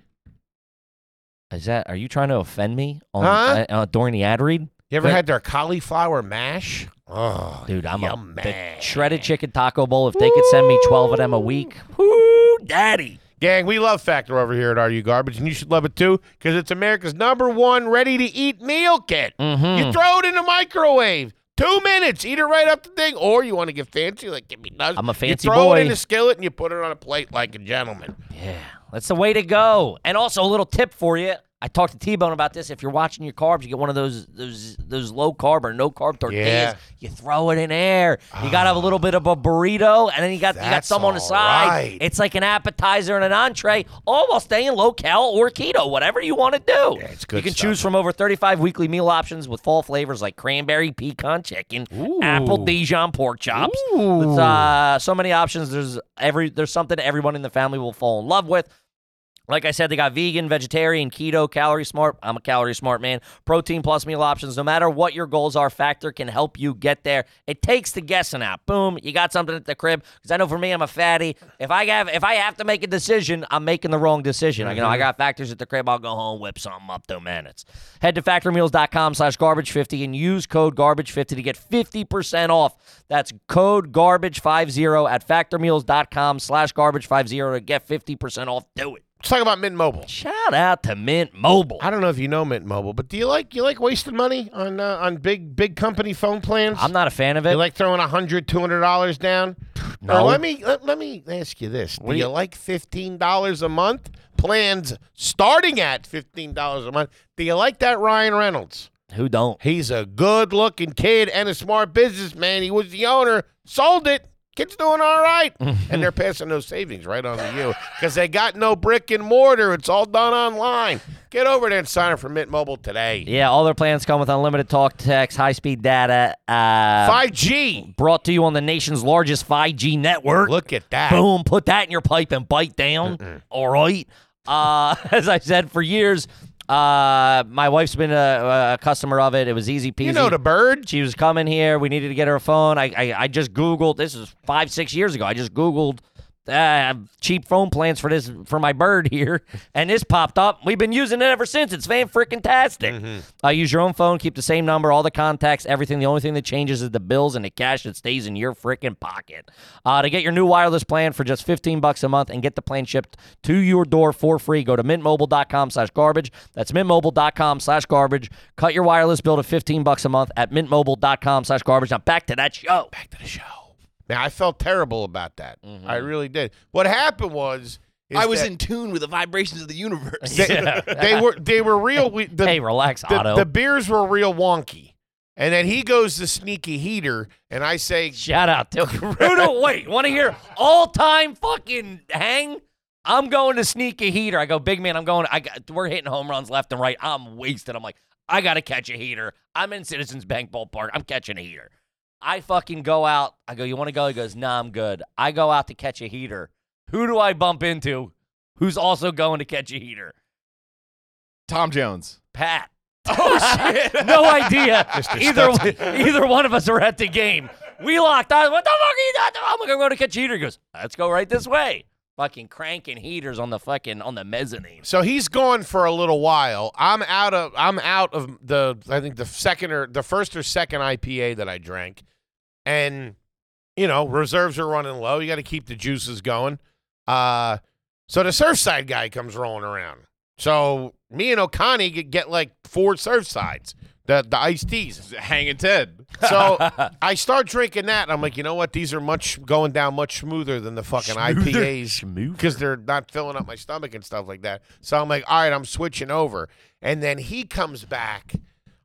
Speaker 2: Is that are you trying to offend me on
Speaker 1: Huh?
Speaker 2: uh, uh, during the ad read?
Speaker 1: You ever
Speaker 2: But-
Speaker 1: had their cauliflower mash? Oh,
Speaker 2: Dude, I'm
Speaker 1: Yum,
Speaker 2: a the
Speaker 1: man.
Speaker 2: shredded chicken taco bowl. If they could send me 12 of them a week, whoo, daddy.
Speaker 1: Gang, we love Factor over here at RU Garbage, and you should love it too, because it's America's number one ready to eat meal kit.
Speaker 2: Mm-hmm.
Speaker 1: You throw it in the microwave. Two minutes, eat it right up the thing, or you want to get fancy, like give me nuts.
Speaker 2: I'm a fancy
Speaker 1: You throw
Speaker 2: boy.
Speaker 1: it in a skillet and you put it on a plate like a gentleman.
Speaker 2: Yeah, that's the way to go. And also a little tip for you. I talked to T Bone about this. If you're watching your carbs, you get one of those those those low carb or no carb tortillas.
Speaker 1: Yeah. Ah.
Speaker 2: You throw it in there. You got to have a little bit of a burrito, and then you got you got
Speaker 1: That's
Speaker 2: some on the
Speaker 1: all
Speaker 2: side.
Speaker 1: right.
Speaker 2: It's like an appetizer and an entree, all while staying low cal or keto, whatever you want to do.
Speaker 1: Yeah, it's good
Speaker 2: You can
Speaker 1: stuff.
Speaker 2: choose from over 35 weekly meal options with fall flavors like cranberry pecan chicken, apple Dijon pork chops. With, uh, so many options. There's every there's something everyone in the family will fall in love with. Like I said, they got vegan, vegetarian, keto, calorie smart. I'm a calorie smart man. Protein plus meal options. No matter what your goals are, Factor can help you get there. It takes the guessing out. Boom, you got something at the crib. Because I know for me, I'm a fatty. If I have if I have to make a decision, I'm making the wrong decision. You know, I got factors at the crib. I'll go home, whip something up two minutes. Head to factormeals.com/slash garbage50 and use code garbage50 to get 50% off. That's code garbage50 at factormeals.com/slash garbage50 to get 50% off. Do it.
Speaker 1: Let's talk about Mint Mobile.
Speaker 2: Shout out to Mint Mobile.
Speaker 1: I don't know if you know Mint Mobile, but do you like you like wasting money on uh, on big big company phone plans?
Speaker 2: I'm not a fan of
Speaker 1: you
Speaker 2: it.
Speaker 1: like throwing a hundred, two hundred dollars down?
Speaker 2: No.
Speaker 1: Or let me let, let me ask you this: Do
Speaker 2: do
Speaker 1: you
Speaker 2: you-
Speaker 1: like fifteen dollars a month plans starting at fifteen dollars a month? Do you like that, Ryan Reynolds?
Speaker 2: Who don't?
Speaker 1: He's a good-looking kid and a smart businessman. He was the owner, sold it. Kid's doing all right, and they're passing those savings right on to you because they got no brick and mortar. It's all done online. Get over there and sign up for Mint Mobile today.
Speaker 2: Yeah, all their plans come with unlimited talk, text, high speed data. Uh,
Speaker 1: Five G.
Speaker 2: brought to you on the nation's largest 5G network.
Speaker 1: Look at that.
Speaker 2: Boom, put that in your pipe and bite down. All right. Uh, as I said, for years, uh, my wife's been a, a customer of it. It was easy peasy.
Speaker 1: You know the bird.
Speaker 2: She was coming here. We needed to get her a phone. I, I, I just Googled. This is five, six years ago. I just Googled uh, cheap phone plans for this for my bird here, and this popped up. We've been using it ever since. It's fan freaking tastic. Uh, use your own phone. Keep the same number, all the contacts, everything. The only thing that changes is the bills and the cash that stays in your freaking pocket. Uh, to get your new wireless plan for just fifteen bucks a month and get the plan shipped to your door for free, go to mintmobile.com/garbage. That's mintmobile.com/garbage. Cut your wireless bill to fifteen bucks a month at mintmobile.com/garbage. Now back to that show.
Speaker 1: back to the show. Now I felt terrible about that. I really did. What happened was is
Speaker 4: Mm-hmm. I was
Speaker 1: that
Speaker 4: in tune with the vibrations of the universe.
Speaker 1: They, they were they were real. We, the,
Speaker 2: hey, relax,
Speaker 1: the,
Speaker 2: Otto.
Speaker 1: the beers were real wonky, and then he goes the sneaky heater, and I say,
Speaker 2: Shout out to Carudo. Wait, want to hear all time fucking hang? I'm going to sneak a heater. I go, big man. I'm going. I got, we're hitting home runs left and right. I'm wasted. I'm like, I got to catch a heater. I'm in Citizens Bank Ballpark. I'm catching a heater. I fucking go out. I go, you want to go? He goes, nah, I'm good. I go out to catch a heater. Who do I bump into who's also going to catch a heater?
Speaker 5: Tom Jones.
Speaker 2: Pat. Oh shit! no idea. either either one of us are at the game. We locked eyes. What the fuck are you doing? I'm gonna go to catch a heater. He goes, let's go right this way. Fucking cranking heaters on the fucking on the mezzanine.
Speaker 1: So he's gone for a little while. I'm out of I'm out of the I think the second or the first or second IPA that I drank. And you know, reserves are running low. You got to keep the juices going. Uh so the Surfside guy comes rolling around. So me and Okani get, get like four Surfsides, the the iced teas.
Speaker 5: Hanging Ted.
Speaker 1: So I start drinking that, and I'm like, you know what? These are much going down much smoother than the fucking IPAs because they're not filling up my stomach and stuff like that. So I'm like, all right, I'm switching over. And then he comes back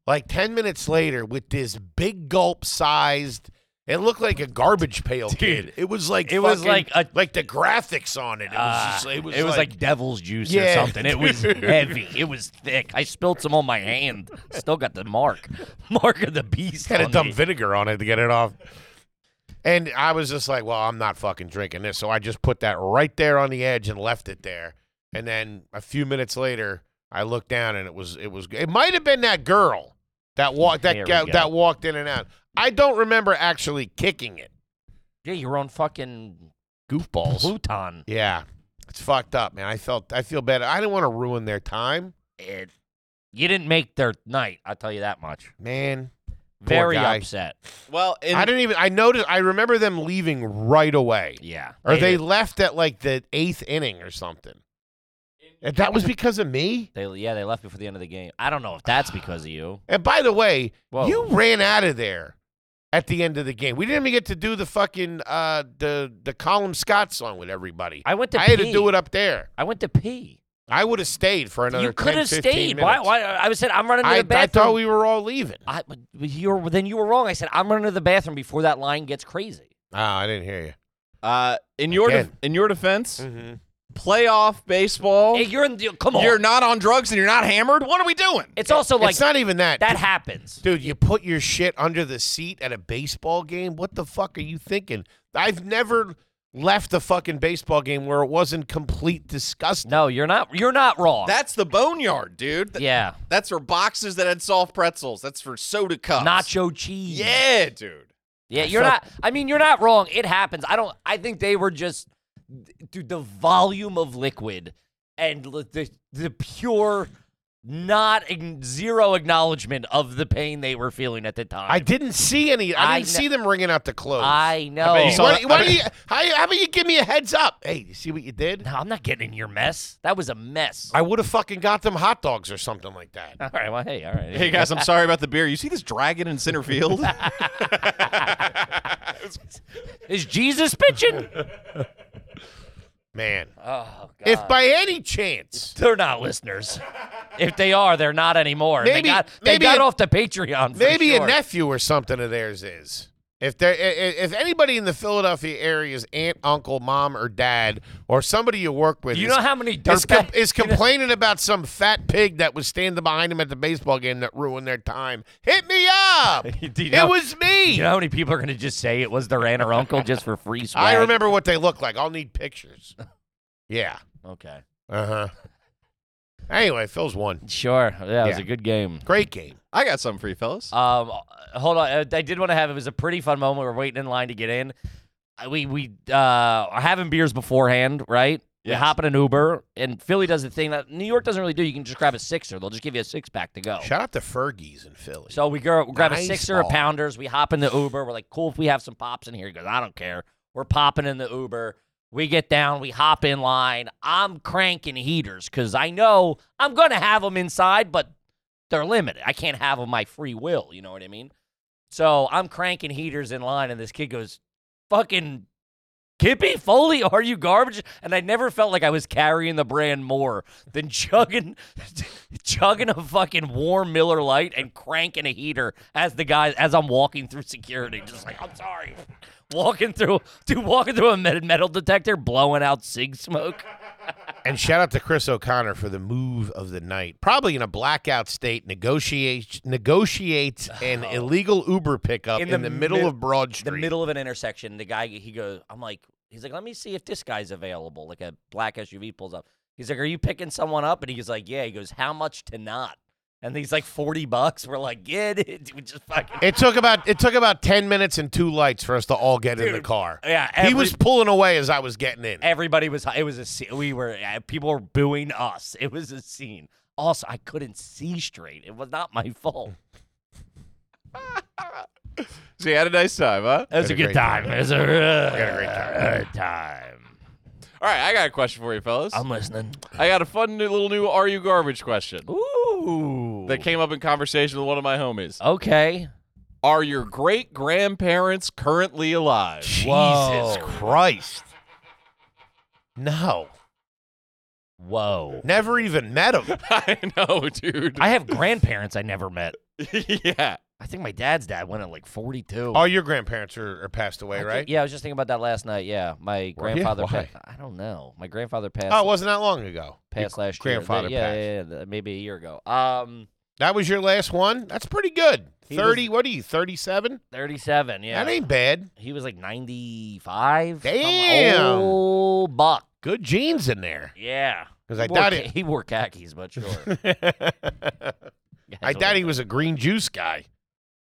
Speaker 1: like ten minutes later with this big gulp sized. It looked like a garbage pail kid. It was like
Speaker 2: it was
Speaker 1: fucking-
Speaker 2: like a-
Speaker 1: like the graphics on it. It was
Speaker 2: Uh,
Speaker 1: just, it was,
Speaker 2: like, devil's juice
Speaker 1: Yeah.
Speaker 2: or something. It was heavy. It was thick. I spilled some on my hand. Still got the mark, mark of the beast.
Speaker 1: Had to
Speaker 2: on
Speaker 1: dump
Speaker 2: me.
Speaker 1: vinegar on it to get it off. And I was just like, well, I'm not fucking drinking this. So I just put that right there on the edge and left it there. And then a few minutes later, I looked down and it was it was it might have been that girl that walked that
Speaker 2: There we
Speaker 1: ga-
Speaker 2: go.
Speaker 1: that walked in and out. I don't remember actually kicking it.
Speaker 2: Yeah, you're on fucking
Speaker 1: Goofballs.
Speaker 2: Pluton.
Speaker 1: Yeah. It's fucked up, man. I felt I feel bad. I didn't want to ruin their time,
Speaker 2: It, you didn't make their night. I'll tell you that much.
Speaker 1: man. Poor
Speaker 2: Very
Speaker 1: guy.
Speaker 2: upset.
Speaker 5: Well, in,
Speaker 1: I didn't even I noticed I remember them leaving right away.
Speaker 2: Yeah.
Speaker 1: Or they
Speaker 2: did.
Speaker 1: left at like the eighth inning or something. And that was because of me.
Speaker 2: They yeah, they left before the end of the game. I don't know if that's because of you.
Speaker 1: And by the way,
Speaker 2: Whoa.
Speaker 1: you ran out of there at the end of the game. We didn't even get to do the fucking uh the the Colin Scott song with everybody.
Speaker 2: I went to.
Speaker 1: I had
Speaker 2: pee.
Speaker 1: to do it up there.
Speaker 2: I went to pee.
Speaker 1: I would have stayed for another.
Speaker 2: you could
Speaker 1: 10,
Speaker 2: have
Speaker 1: 15
Speaker 2: stayed.
Speaker 1: Minutes.
Speaker 2: Why? Why? I was said I'm running to
Speaker 1: I,
Speaker 2: the
Speaker 1: I
Speaker 2: bathroom.
Speaker 1: thought we were all leaving.
Speaker 2: I, but you were, then you were wrong. I said I'm running to the bathroom before that line gets crazy.
Speaker 1: Oh, I didn't hear you.
Speaker 5: uh, in your de-
Speaker 1: Again.
Speaker 5: in your defense, playoff baseball.
Speaker 2: Mm-hmm. Hey, you're in. the- Come on.
Speaker 5: you're not on drugs and you're not hammered. What are we doing?
Speaker 2: it's also like
Speaker 1: it's not even that.
Speaker 2: that happens.
Speaker 1: Dude, you put your shit under the seat at a baseball game? What the fuck are you thinking? I've never left a fucking baseball game where it wasn't complete disgusting.
Speaker 2: No, you're not. You're not wrong.
Speaker 5: That's the boneyard, dude. Th-
Speaker 2: yeah.
Speaker 5: That's for boxes that had soft pretzels. That's for soda cups.
Speaker 2: Nacho cheese.
Speaker 5: Yeah, dude.
Speaker 2: Yeah, you're not. I mean, you're not wrong. It happens. I don't. I think they were just, dude, the volume of liquid and li- the the pure, not ag- zero acknowledgement of the pain they were feeling at the time.
Speaker 1: I didn't see any. I
Speaker 2: I
Speaker 1: didn't
Speaker 2: kn-
Speaker 1: see them ringing out the clothes.
Speaker 2: I know.
Speaker 5: bet you saw
Speaker 1: Why,
Speaker 5: that-
Speaker 1: why
Speaker 5: I
Speaker 1: do
Speaker 5: mean-
Speaker 1: you, how, how about you give me a heads up? Hey, you see what you did?
Speaker 2: no, I'm not getting in your mess. That was a mess.
Speaker 1: I would have fucking got them hot dogs or something like that.
Speaker 2: all right. Well, hey, all right.
Speaker 5: Hey guys, I'm sorry about the beer. You see this dragon in center field?
Speaker 2: Is Jesus pitching?
Speaker 1: Man,
Speaker 2: oh God.
Speaker 1: if by any chance,
Speaker 2: they're not listeners. If they are, they're not anymore. they
Speaker 1: Maybe-
Speaker 2: got, they
Speaker 1: maybe
Speaker 2: got
Speaker 1: a-
Speaker 2: off the Patreon. For
Speaker 1: maybe
Speaker 2: sure.
Speaker 1: a nephew or something of theirs is. If there, i- i- if anybody in the Philadelphia area's aunt, uncle, mom, or dad, or somebody you work with,
Speaker 2: You
Speaker 1: is,
Speaker 2: know how many
Speaker 1: is, com-
Speaker 2: dirtbag-
Speaker 1: is complaining about some fat pig that was standing behind him at the baseball game that ruined their time, hit me up.
Speaker 2: Do you
Speaker 1: it
Speaker 2: know-
Speaker 1: was me.
Speaker 2: You know how many people are going to just say it was their aunt or uncle just for free swag?
Speaker 1: I remember what they look like. I'll need pictures. yeah.
Speaker 2: Okay.
Speaker 1: Uh huh. Anyway, Phil's won.
Speaker 2: Sure. Yeah, it was
Speaker 1: Yeah.
Speaker 2: a good game.
Speaker 1: Great game.
Speaker 5: I got something for you, fellas.
Speaker 2: Um, hold on. Uh, I did want to have it was a pretty fun moment. We're waiting in line to get in. Uh, We we uh, are having beers beforehand, right? We
Speaker 5: Yes.
Speaker 2: hop in an Uber, and Philly does the thing that New York doesn't really do. You can just grab a sixer; they'll just give you a six pack to go.
Speaker 1: Shout out to Fergie's in Philly.
Speaker 2: So we gr- grab a
Speaker 1: Nice
Speaker 2: sixer
Speaker 1: ball.
Speaker 2: of pounders. We hop in the Uber. We're like, cool if we have some pops in here. He goes, I don't care. We're popping in the Uber. We get down. We hop in line. I'm cranking heaters because I know I'm going to have them inside, but they're limited. I can't have them my free will. You know what I mean? So I'm cranking heaters in line, and this kid goes, fucking Kippy Foley, are you garbage? And I never felt like I was carrying the brand more than chugging, chugging a fucking warm Miller Light and cranking a heater as the guy as I'm walking through security, just like I'm sorry, walking through, dude, walking through a met- metal detector, blowing out cig smoke.
Speaker 1: And shout out to Chris O'Connor for the move of the night. Probably in a blackout state, negotiates negotiates an illegal Uber pickup in,
Speaker 2: In
Speaker 1: the,
Speaker 2: the
Speaker 1: middle
Speaker 2: mid-
Speaker 1: of Broad
Speaker 2: the
Speaker 1: Street.
Speaker 2: middle of an intersection. The guy, he goes, I'm like, he's like, let me see if this guy's available. Like a black SUV pulls up. He's like, are you picking someone up? And he's like, yeah. He goes, how much to not? And he's like, 40 bucks. We're like, yeah, dude, we just fucking.
Speaker 1: It took about it took about ten minutes and two lights for us to all get in the car.
Speaker 2: Yeah,
Speaker 1: he was
Speaker 2: every-
Speaker 1: pulling away as I was getting in.
Speaker 2: Everybody was, it was a, scene. we were, uh, people were booing us. It was a scene. Also, I couldn't see straight. It was not my fault.
Speaker 5: So you had a nice time, huh?
Speaker 2: It was
Speaker 1: Had
Speaker 2: a
Speaker 1: a
Speaker 2: good
Speaker 1: great
Speaker 2: time.
Speaker 1: time.
Speaker 2: It was a really
Speaker 1: had a great time.
Speaker 2: good time.
Speaker 5: All right, I got a question for you, fellas.
Speaker 2: I'm listening.
Speaker 5: I got a fun new, little new "Are you garbage?" question
Speaker 2: Ooh.
Speaker 5: that came up in conversation with one of my
Speaker 2: Uh.
Speaker 5: homies.
Speaker 2: okay.
Speaker 5: Are your great grandparents currently alive?
Speaker 2: Whoa.
Speaker 1: Jesus Christ! No,
Speaker 2: Whoa.
Speaker 1: never even met him.
Speaker 5: I know, dude.
Speaker 2: I have grandparents I never met.
Speaker 5: yeah.
Speaker 2: I think my dad's dad went at like 42.
Speaker 1: All your grandparents are, are passed
Speaker 2: I
Speaker 1: away,
Speaker 2: think-
Speaker 1: Oh, right?
Speaker 2: Yeah, I was just thinking about that last night. Yeah, my
Speaker 1: Were you?
Speaker 2: grandfather. pa-
Speaker 1: Why?
Speaker 2: I don't know. My grandfather passed.
Speaker 1: Oh, it wasn't that long ago. Your
Speaker 2: passed last
Speaker 1: grandfather
Speaker 2: year. Th-
Speaker 1: passed.
Speaker 2: Yeah, yeah, yeah, th- maybe a year ago. Um,
Speaker 1: That was your last one. That's pretty good.
Speaker 2: He was-
Speaker 1: Thirty. what are you? Thirty-seven.
Speaker 2: 37. Yeah,
Speaker 1: That ain't bad.
Speaker 2: he was like 95. some
Speaker 1: Damn.
Speaker 2: old buck.
Speaker 1: Good genes in there.
Speaker 2: Yeah,
Speaker 1: 'Cause
Speaker 2: He
Speaker 1: I
Speaker 2: wore
Speaker 1: doubt
Speaker 2: ca-
Speaker 1: it-
Speaker 2: He wore khakis, but sure.
Speaker 1: I doubt he was a green juice guy.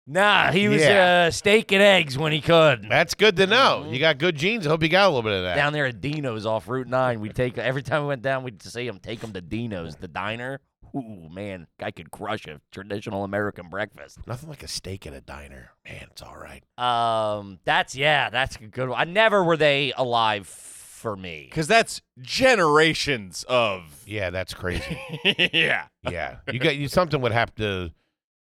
Speaker 2: Nah, he was
Speaker 1: Yeah.
Speaker 2: uh, steak and eggs when he could.
Speaker 1: That's good to know.
Speaker 2: Mhm.
Speaker 1: You got good genes. I hope you got a little bit of that.
Speaker 2: down there at Dino's off Route Nine. We take every time we went down, we'd see him take him to Dino's, the diner. Ooh man, I could crush a traditional American breakfast.
Speaker 1: Nothing like a steak at a diner. Man, it's all right.
Speaker 2: Um, that's yeah, that's a good one. I never were they alive for me.
Speaker 5: Because that's generations of.
Speaker 1: Yeah, that's crazy.
Speaker 5: yeah.
Speaker 1: yeah, you got you something would have to.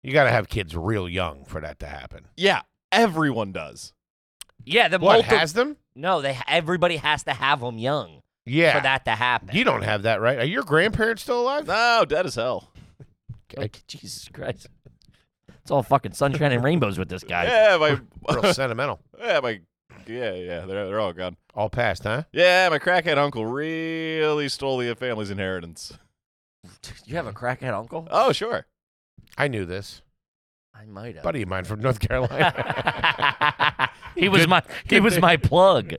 Speaker 1: You got to have kids real young for that to happen.
Speaker 5: Yeah. Everyone does.
Speaker 2: Yeah, the
Speaker 1: What
Speaker 2: multi-
Speaker 1: has them?
Speaker 2: no, they everybody has to have them young
Speaker 1: Yeah,
Speaker 2: for that to happen.
Speaker 1: you don't have that, right? Are your grandparents still alive?
Speaker 5: No, dead as hell.
Speaker 1: Okay.
Speaker 2: Like, Jesus Christ, it's all fucking sunshine and rainbows with this guy.
Speaker 5: Yeah, my.
Speaker 1: Real sentimental.
Speaker 5: yeah, my. Yeah, yeah. They're, they're all gone.
Speaker 1: All past, huh?
Speaker 5: Yeah, my crackhead uncle really stole the family's inheritance.
Speaker 2: You have a crackhead uncle?
Speaker 5: Oh, sure.
Speaker 1: I knew this.
Speaker 2: I might have.
Speaker 1: Buddy of mine from North Carolina.
Speaker 2: he was my he was my plug.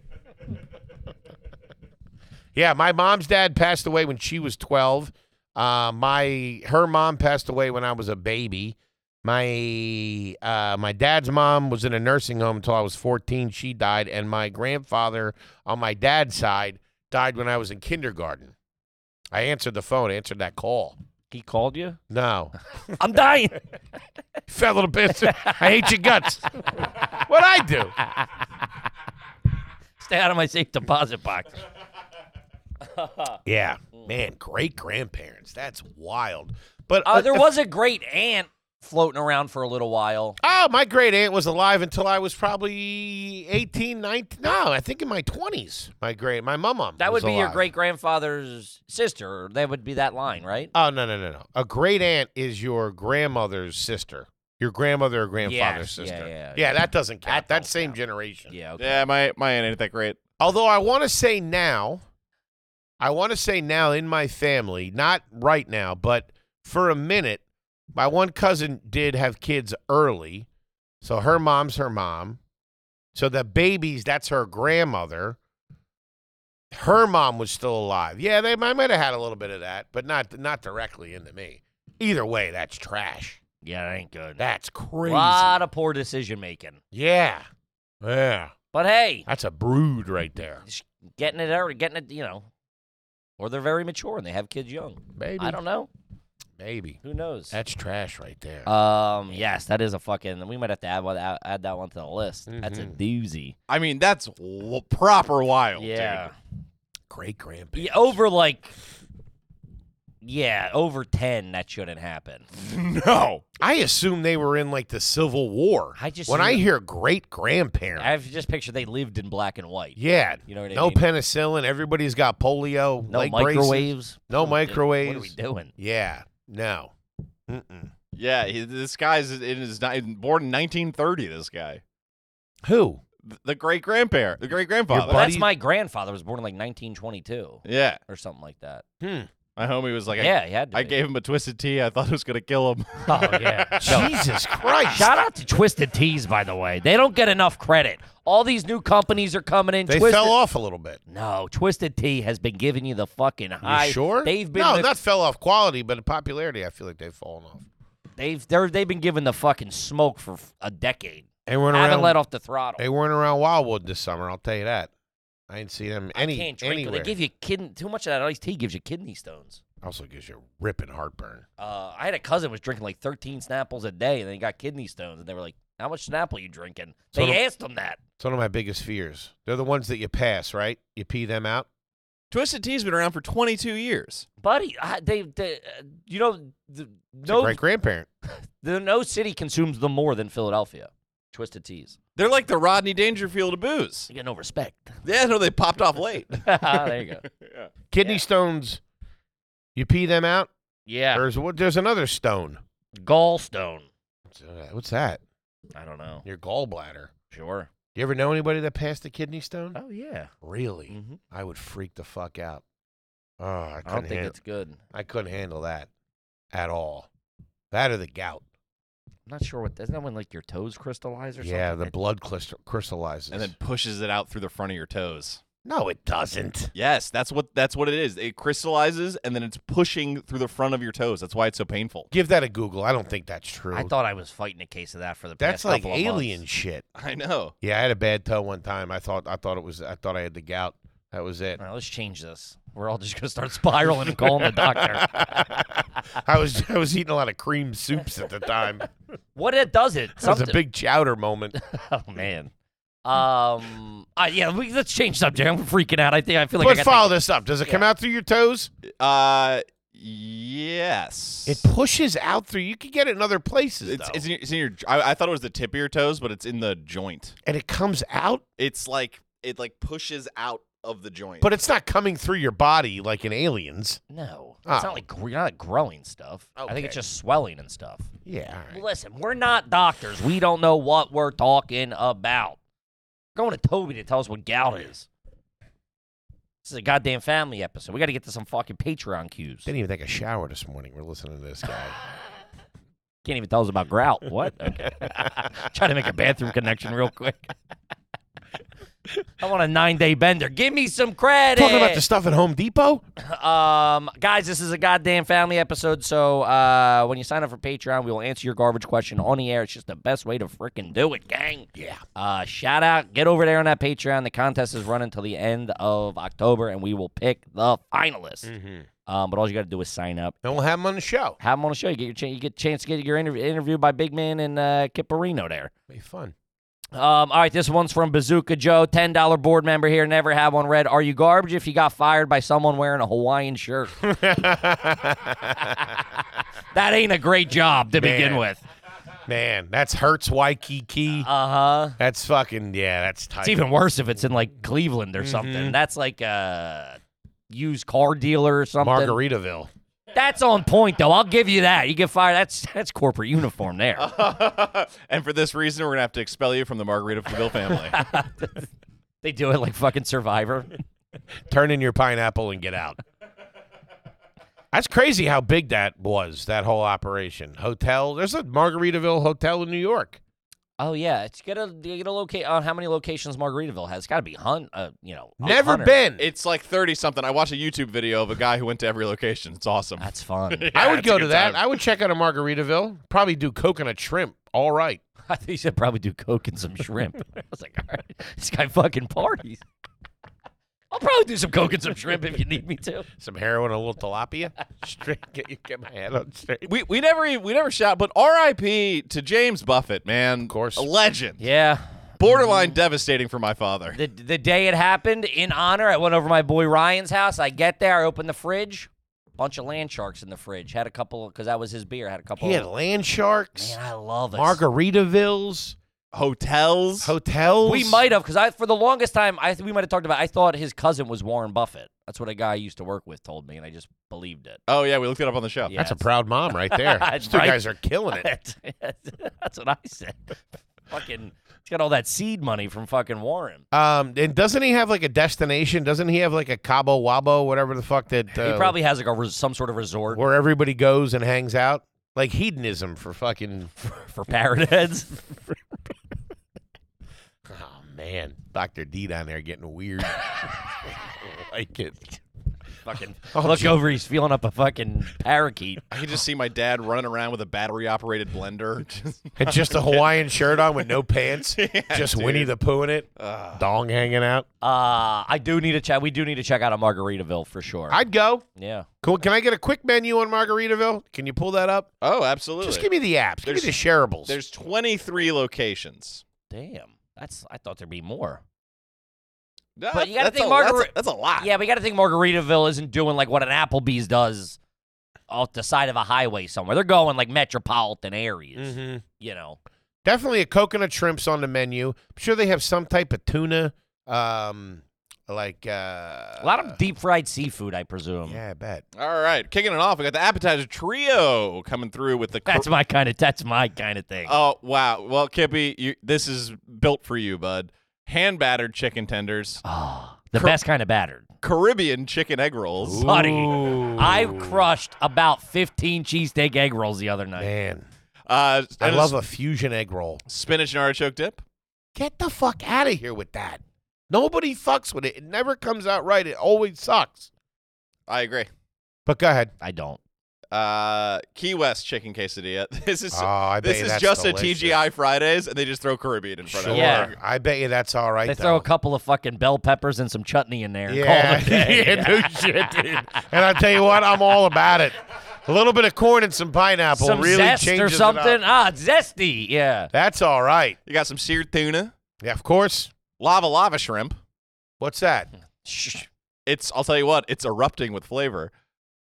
Speaker 1: yeah, my mom's dad passed away when she was twelve. Uh, my her mom passed away when I was a baby. My uh, my dad's mom was in a nursing home until I was fourteen. She died, and my grandfather on my dad's side died when I was in kindergarten. I answered the phone, answered that call.
Speaker 2: He called you?
Speaker 1: No,
Speaker 2: I'm dying.
Speaker 1: fat little bastard. I hate your guts. What I do?
Speaker 2: Stay out of my safe deposit box.
Speaker 1: Yeah, man, great grandparents. That's wild. But
Speaker 2: Uh,
Speaker 1: uh,
Speaker 2: there was a great aunt floating around for a little while.
Speaker 1: Oh, my great aunt was alive until I was probably 18, 19. No, I think in my 20s. My great, my mom mom.
Speaker 2: That
Speaker 1: was
Speaker 2: would be your
Speaker 1: alive.
Speaker 2: great grandfather's sister. or That would be that line, right?
Speaker 1: Oh, no, no, no, no. A great aunt is your grandmother's sister. Your grandmother or grandfather's
Speaker 2: yeah,
Speaker 1: sister.
Speaker 2: yeah, yeah.
Speaker 1: that doesn't count.
Speaker 2: That don't
Speaker 1: That's same
Speaker 2: count.
Speaker 1: generation.
Speaker 2: Yeah. Okay.
Speaker 5: Yeah, my, my aunt ain't that great.
Speaker 1: Although I want to say now, I want to say now in my family, not right now, but for a minute, my one cousin did have kids early. So her mom's her mom. So the babies, that's her grandmother. Her mom was still alive. Yeah, they I might have had a little bit of that, but not not directly into me. Either way, that's trash.
Speaker 2: Yeah, that ain't good.
Speaker 1: That's crazy.
Speaker 2: lot of poor decision making.
Speaker 1: Yeah. Yeah.
Speaker 2: But hey,
Speaker 1: That's a brood right there.
Speaker 2: just getting it or getting it, you know, or they're very mature and they have kids young.
Speaker 1: Maybe.
Speaker 2: I don't know.
Speaker 1: Maybe.
Speaker 2: Who knows?
Speaker 1: That's Uh, trash right there.
Speaker 2: Um. Yes, that is a fucking. We might have to add one, add add that one to the list. That's a
Speaker 1: Mhm.
Speaker 2: doozy.
Speaker 5: I mean, that's w- proper wild, dude.
Speaker 1: Great grandpa.
Speaker 2: yeah. Over like. Yeah, over ten. That shouldn't happen.
Speaker 5: No.
Speaker 1: I assume they were in like the Civil War.
Speaker 2: I just
Speaker 1: when I
Speaker 2: assume-
Speaker 1: hear great grandparents,
Speaker 2: I've just pictured they lived in black and white.
Speaker 1: yeah,
Speaker 2: You know what I
Speaker 1: no
Speaker 2: mean?
Speaker 1: penicillin. Everybody's got polio.
Speaker 2: no
Speaker 1: leg braces.
Speaker 2: microwaves.
Speaker 1: No
Speaker 2: What the- What are we
Speaker 1: microwaves.
Speaker 2: doing?
Speaker 1: Yeah, no. Mm-mm.
Speaker 5: Yeah, he, this guy's in his ni- born in 1930. This guy,
Speaker 1: Who?
Speaker 5: th- the great grandparent, the great grandfather.
Speaker 1: buddy-
Speaker 2: That's my grandfather was born in like 1922
Speaker 5: yeah,
Speaker 2: or something like that.
Speaker 5: my homie was like,
Speaker 2: yeah, he had to.
Speaker 5: I, I
Speaker 2: be.
Speaker 5: gave him a twisted tea. I thought it was gonna kill him.
Speaker 2: Oh yeah. No,
Speaker 1: Jesus Christ.
Speaker 2: Shout out to Twisted Teas, by the way. They don't get enough credit. All these new companies are coming in.
Speaker 1: They
Speaker 2: Twisted-
Speaker 1: fell off a little bit.
Speaker 2: No, Twisted Tea has been giving you the fucking
Speaker 1: You
Speaker 2: high.
Speaker 1: sure?
Speaker 2: They've been
Speaker 1: no,
Speaker 2: the-
Speaker 1: not fell off quality, but in popularity. I feel like they've fallen off.
Speaker 2: they've they're, they've been given the fucking smoke for f- a decade.
Speaker 1: They weren't
Speaker 2: I haven't
Speaker 1: around.
Speaker 2: let off the throttle.
Speaker 1: They weren't around Wildwood this summer. I'll tell you that. I ain't seen them any
Speaker 2: I can't drink. it.
Speaker 1: anywhere.
Speaker 2: They give you kidney too much of that iced tea gives you kidney stones.
Speaker 1: also gives you ripping heartburn.
Speaker 2: Uh, I had a cousin who was drinking like 13 Snapples a day, and then he got kidney stones, and they were like, "How much Snapple you drinking?"
Speaker 1: So
Speaker 2: they
Speaker 1: the-
Speaker 2: asked him that.
Speaker 1: It's one of my biggest fears. They're the ones that you pass, right? You pee them out.
Speaker 5: Twisted Tea's been around for 22 years.
Speaker 2: Buddy, I, they, they, uh, you know, the,
Speaker 1: It's a
Speaker 2: no,
Speaker 1: great grandparent.
Speaker 2: the, no city consumes them more than Philadelphia. Twisted teas.
Speaker 5: They're like the Rodney Dangerfield of booze.
Speaker 2: You get no respect.
Speaker 5: Yeah, no, they popped off late.
Speaker 2: there you go.
Speaker 5: yeah.
Speaker 1: Kidney stones. You pee them out.
Speaker 2: Yeah.
Speaker 1: There's what? There's another stone.
Speaker 2: Gallstone.
Speaker 1: What's that? What's that?
Speaker 2: I don't know.
Speaker 1: Your gallbladder.
Speaker 2: Sure.
Speaker 1: You ever know anybody that passed a kidney stone?
Speaker 2: Oh, yeah.
Speaker 1: Really?
Speaker 2: hmm
Speaker 1: I would freak the fuck out. Oh, I
Speaker 2: I
Speaker 1: couldn't,
Speaker 2: don't think
Speaker 1: handle,
Speaker 2: it's good. I'm
Speaker 1: I couldn't handle that at all. That or the gout.
Speaker 2: not sure what. Isn't that when like your toes crystallize or
Speaker 1: Yeah, the
Speaker 2: something?
Speaker 1: blood crystal- crystallizes.
Speaker 5: And then pushes it out through the front of your toes.
Speaker 1: no, it doesn't.
Speaker 5: Yes, that's what that's what it is. It crystallizes and then it's pushing through the front of your toes. That's why it's so painful.
Speaker 1: Give that a Google. I don't think that's true.
Speaker 2: I thought I was fighting a case of that for the
Speaker 1: that's
Speaker 2: past
Speaker 1: like
Speaker 2: couple of months.
Speaker 1: alien shit.
Speaker 5: I know.
Speaker 1: Yeah, I had a bad toe one time. I thought I thought it was I thought I had the gout. That was it.
Speaker 2: All right, let's change this. We're all just gonna start spiraling and calling the doctor.
Speaker 1: I was I was eating a lot of cream soups at the time.
Speaker 2: What it does it?
Speaker 1: That was a
Speaker 2: something-
Speaker 1: big chowder moment.
Speaker 2: Oh man. Um. Uh, yeah. We, let's change subject. I'm freaking out. I think I feel like I
Speaker 1: Let's
Speaker 2: got
Speaker 1: follow
Speaker 2: the-
Speaker 1: this up. Does it come out through your toes?
Speaker 5: Uh yes.
Speaker 1: It pushes out through. You can get it in other places,
Speaker 5: it's,
Speaker 1: though.
Speaker 5: it's in your, it's in your I, I thought it was the tip of your toes, but it's in the joint.
Speaker 1: and it comes out,
Speaker 5: It's like it like pushes out of the joint.
Speaker 1: but it's not coming through your body like in aliens.
Speaker 2: No, it's
Speaker 1: Oh.
Speaker 2: not like gr- you're not like growing stuff. I think
Speaker 1: Okay.
Speaker 2: it's just swelling and stuff.
Speaker 1: Yeah. all right.
Speaker 2: Listen, we're not doctors. We don't know what we're talking about. We're going to Toby to tell us what
Speaker 1: Oh,
Speaker 2: gout is. This is a goddamn family episode. We got to get to some fucking Patreon cues.
Speaker 1: Didn't even take a shower this morning. We're listening to this guy.
Speaker 2: Can't even tell us about grout. What? Okay. Trying to make a bathroom connection real quick. I want a nine day bender. Give me some credit.
Speaker 1: Talking about the stuff at Home Depot?
Speaker 2: Um, guys, this is a goddamn family episode. So uh, when you sign up for Patreon, we will answer your garbage question on the air. It's just the best way to frickin' do it, gang.
Speaker 1: Yeah.
Speaker 2: Uh, shout out. Get over there on that Patreon. The contest is running till the end of October, and we will pick the finalists. Um, but all you got to do is sign up.
Speaker 1: And we'll have him on the show.
Speaker 2: Have them on the show. You get your chan you get a chance to get your interview interviewed by Big Man and uh, Kipperino there.
Speaker 1: Be fun.
Speaker 2: Um, all right, this one's from Bazooka Joe, ten dollar board member here. Never had one read. Are you garbage if you got fired by someone wearing a Hawaiian shirt? that ain't a great job to begin
Speaker 1: Man.
Speaker 2: with.
Speaker 1: Man, that's Hertz Waikiki.
Speaker 2: Uh huh.
Speaker 1: That's fucking, yeah, that's tight.
Speaker 2: It's even worse if it's in like Cleveland or something. That's like a used car dealer or something.
Speaker 1: Margaritaville.
Speaker 2: That's on point though. I'll give you that. You get fired. That's that's corporate uniform there.
Speaker 5: and for this reason, we're gonna have to expel you from the Margaritaville family.
Speaker 2: they do it like fucking Survivor.
Speaker 1: Turn in your pineapple and get out. That's crazy how big that was, that whole operation. Hotel. There's a Margaritaville hotel in New York.
Speaker 2: Oh yeah, it's got to get a locate on how many locations Margaritaville has. It's got to be hun, uh, you know, a
Speaker 1: Never
Speaker 2: hundred.
Speaker 1: been.
Speaker 5: it's like thirty something. I watched a YouTube video of a guy who went to every location. It's awesome.
Speaker 2: That's fun.
Speaker 1: I would
Speaker 5: that's a
Speaker 1: go to
Speaker 5: good
Speaker 1: that.
Speaker 5: time.
Speaker 1: I would check out a Margaritaville. Probably do coconut shrimp. All right.
Speaker 2: I think you should probably do coke and some shrimp. I was like, all right, this guy fucking parties. I'll probably do some coke and some shrimp if you need me to.
Speaker 1: Some heroin, a little tilapia. Straight. Get, get my head on straight.
Speaker 5: we we never e- we never shout, but R.I.P. to James Buffett, man. Of
Speaker 1: course.
Speaker 5: a legend.
Speaker 2: Yeah.
Speaker 5: Borderline devastating for my father.
Speaker 2: The the day it happened, in honor, I went over to my boy Ryan's house. I get there, I open the fridge, bunch of land sharks in the fridge. Had a couple because that was his beer. Had a couple.
Speaker 1: He had land sharks,
Speaker 2: man, I love it.
Speaker 1: Margaritavilles,
Speaker 5: Hotels.
Speaker 1: hotels.
Speaker 2: We might have because I for the longest time I we might have talked about. I thought his cousin was Warren Buffett. That's what a guy I used to work with told me, and I just believed it.
Speaker 5: oh yeah, we looked it up on the show.
Speaker 2: Yeah.
Speaker 1: That's a proud mom right there. These two
Speaker 2: Right?
Speaker 1: guys are killing it.
Speaker 2: That's what I said. fucking. He's got all that seed money from fucking Warren.
Speaker 1: Um, and doesn't he have like a destination? Doesn't he have like a Cabo Wabo, whatever the fuck that uh,
Speaker 2: He probably has like a res- some sort of resort
Speaker 1: where everybody goes and hangs out? Like hedonism for fucking.
Speaker 2: for parrot heads.
Speaker 1: Oh man, Doctor D down there getting weird. like it.
Speaker 2: fucking
Speaker 1: Oh,
Speaker 2: look
Speaker 1: gee.
Speaker 2: over, he's feeling up a fucking parakeet.
Speaker 5: I could just see my dad running around with a battery operated blender. Just-
Speaker 1: And just a Hawaiian shirt on with no pants, just Winnie the Pooh in it, dong hanging out.
Speaker 2: Uh, I do need to check. We do need to check out a Margaritaville for sure.
Speaker 1: I'd go.
Speaker 2: yeah.
Speaker 1: Cool. Can I get a quick menu on Margaritaville? Can you pull that up?
Speaker 5: oh, absolutely.
Speaker 1: Just give me the apps. Give me
Speaker 5: There's-
Speaker 1: the shareables.
Speaker 5: There's 23 locations.
Speaker 2: Damn. That's. I thought there'd be more.
Speaker 5: Nah,
Speaker 2: But you gotta
Speaker 5: that's
Speaker 2: think
Speaker 5: a- that's a-
Speaker 2: Margaret-
Speaker 5: That's, a lot.
Speaker 2: Yeah, but you got to think Margaritaville isn't doing like what an Applebee's does off the side of a highway somewhere. They're going like metropolitan areas,
Speaker 1: Mhm.
Speaker 2: you know.
Speaker 1: Definitely a coconut shrimp's on the menu. I'm sure they have some type of tuna, um, like uh,
Speaker 2: A lot of deep fried seafood, I presume.
Speaker 1: Yeah, I bet.
Speaker 5: All right, kicking it off. We got the appetizer trio coming through with the. cor-
Speaker 2: That's my kind of. That's my kind of thing.
Speaker 1: Uh,
Speaker 5: Oh wow! Well, Kippy, you, this is built for you, bud. Hand battered chicken tenders,
Speaker 2: Ah, the
Speaker 5: Cor-
Speaker 2: best kind of battered,
Speaker 5: Caribbean chicken egg rolls.
Speaker 2: buddy. I crushed about 15 cheesesteak egg rolls the other night.
Speaker 1: Man,
Speaker 5: Uh,
Speaker 1: I
Speaker 5: and
Speaker 1: love
Speaker 5: a
Speaker 1: a fusion egg roll.
Speaker 5: spinach and artichoke dip.
Speaker 1: Get the fuck out of here with that. Nobody fucks with it. It never comes out right. It always sucks.
Speaker 5: I agree.
Speaker 1: But go ahead.
Speaker 2: I don't.
Speaker 5: Uh, Key West chicken quesadilla. This is
Speaker 1: oh, I bet
Speaker 5: this
Speaker 1: you
Speaker 5: is
Speaker 1: that's
Speaker 5: just
Speaker 1: delicious.
Speaker 5: a TGI Fridays, and they just throw Caribbean in front
Speaker 1: Sure.
Speaker 5: of it.
Speaker 2: Yeah.
Speaker 1: I bet you that's all right.
Speaker 2: They
Speaker 1: though.
Speaker 2: throw a couple of fucking bell peppers and some chutney in there. And Call
Speaker 1: Yeah,
Speaker 2: it a day.
Speaker 1: yeah, no shit, dude. And I tell you what, I'm all about it. A little bit of corn and some pineapple
Speaker 2: some
Speaker 1: really
Speaker 2: zest
Speaker 1: changes
Speaker 2: or
Speaker 1: it up.
Speaker 2: something. Ah, zesty. Yeah.
Speaker 1: That's all right.
Speaker 5: You got some seared tuna,
Speaker 1: Yeah, of course.
Speaker 5: lava lava shrimp.
Speaker 1: What's that?
Speaker 2: Shh.
Speaker 5: It's I'll tell you what, it's erupting with flavor.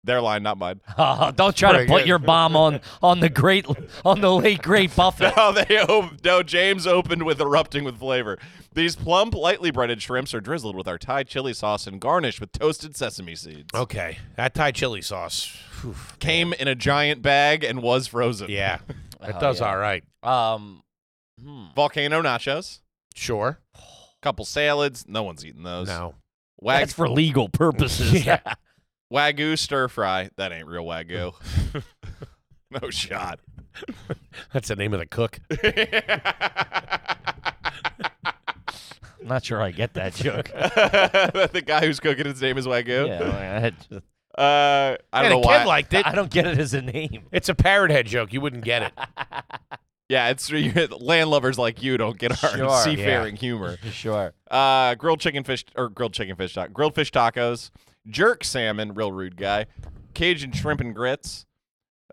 Speaker 5: Their line, not mine.
Speaker 2: Oh, don't try to
Speaker 1: Pretty
Speaker 2: put
Speaker 1: good.
Speaker 2: your bomb on on the great on the late great Buffett.
Speaker 5: No, they o- no. James opened with erupting with flavor. These plump, lightly breaded shrimps are drizzled with our Thai chili sauce and garnished with toasted sesame seeds.
Speaker 1: Okay, that Thai chili sauce. Whew.
Speaker 5: Came in a giant bag and was frozen.
Speaker 1: Yeah, that
Speaker 2: Oh,
Speaker 1: does
Speaker 2: yeah.
Speaker 1: all right.
Speaker 2: Um, hmm.
Speaker 5: Volcano nachos,
Speaker 1: Sure.
Speaker 5: couple salads. No one's eating those.
Speaker 1: No.
Speaker 5: Wag-
Speaker 2: that's for legal purposes.
Speaker 1: Yeah.
Speaker 5: wagyu stir fry. That ain't real wagyu. no shot.
Speaker 1: That's the name of the cook.
Speaker 2: I'm not sure I get that joke.
Speaker 5: the guy who's cooking his name is
Speaker 2: yeah,
Speaker 5: wagyu.
Speaker 2: I, just-
Speaker 5: Uh, I
Speaker 1: and
Speaker 5: don't know
Speaker 1: a
Speaker 5: why.
Speaker 1: kid liked it.
Speaker 2: I don't get it as a name.
Speaker 1: It's a parrot head joke. You wouldn't get it.
Speaker 5: Yeah, it's landlubbers like you don't get our
Speaker 2: Sure.
Speaker 5: seafaring humor.
Speaker 2: Sure.
Speaker 5: Uh, grilled chicken fish or grilled chicken fish ta- grilled fish tacos, jerk salmon, real rude guy, Cajun shrimp and grits.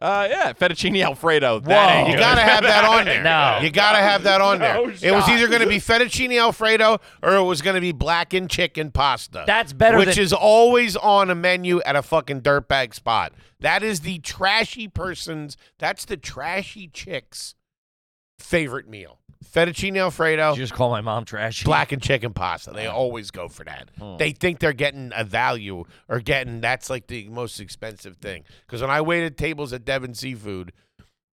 Speaker 5: Uh, yeah, fettuccine alfredo. That
Speaker 2: Whoa.
Speaker 5: ain't
Speaker 1: You
Speaker 5: good.
Speaker 1: gotta have that on there.
Speaker 2: No.
Speaker 1: You gotta have that on there.
Speaker 5: No
Speaker 1: it was
Speaker 5: shot.
Speaker 1: either gonna be fettuccine alfredo or it was gonna be blackened chicken pasta.
Speaker 2: That's better
Speaker 1: Which
Speaker 2: than-
Speaker 1: is always on a menu at a fucking dirtbag spot. That is the trashy person's. That's the trashy chick's favorite meal. Fettuccine alfredo.
Speaker 2: Did you just call my mom trash.
Speaker 1: uh, Black and chicken pasta. They always go for that.
Speaker 5: Hmm.
Speaker 1: They think they're getting a value or getting that's like the most expensive thing. Because when I waited tables at Devon Seafood,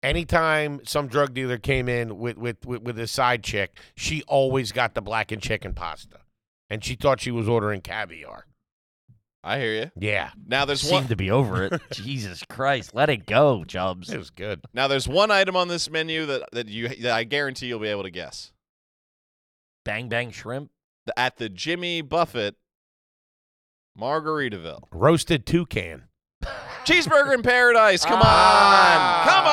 Speaker 1: anytime some drug dealer came in with with with, with his side chick, she always got the black and chicken pasta, and she thought she was ordering caviar.
Speaker 5: I hear you.
Speaker 1: Yeah,
Speaker 5: Now there's
Speaker 2: Seem
Speaker 5: one.
Speaker 2: to be over it. Jesus Christ, let it go, Chubbs.
Speaker 1: it was good.
Speaker 5: Now there's one item on this menu that, that you that I guarantee you'll be able to guess.
Speaker 2: Bang bang shrimp.
Speaker 5: The- At the Jimmy Buffett Margaritaville
Speaker 1: Roasted toucan.
Speaker 5: cheeseburger in paradise. Come
Speaker 1: Ah.
Speaker 5: on, come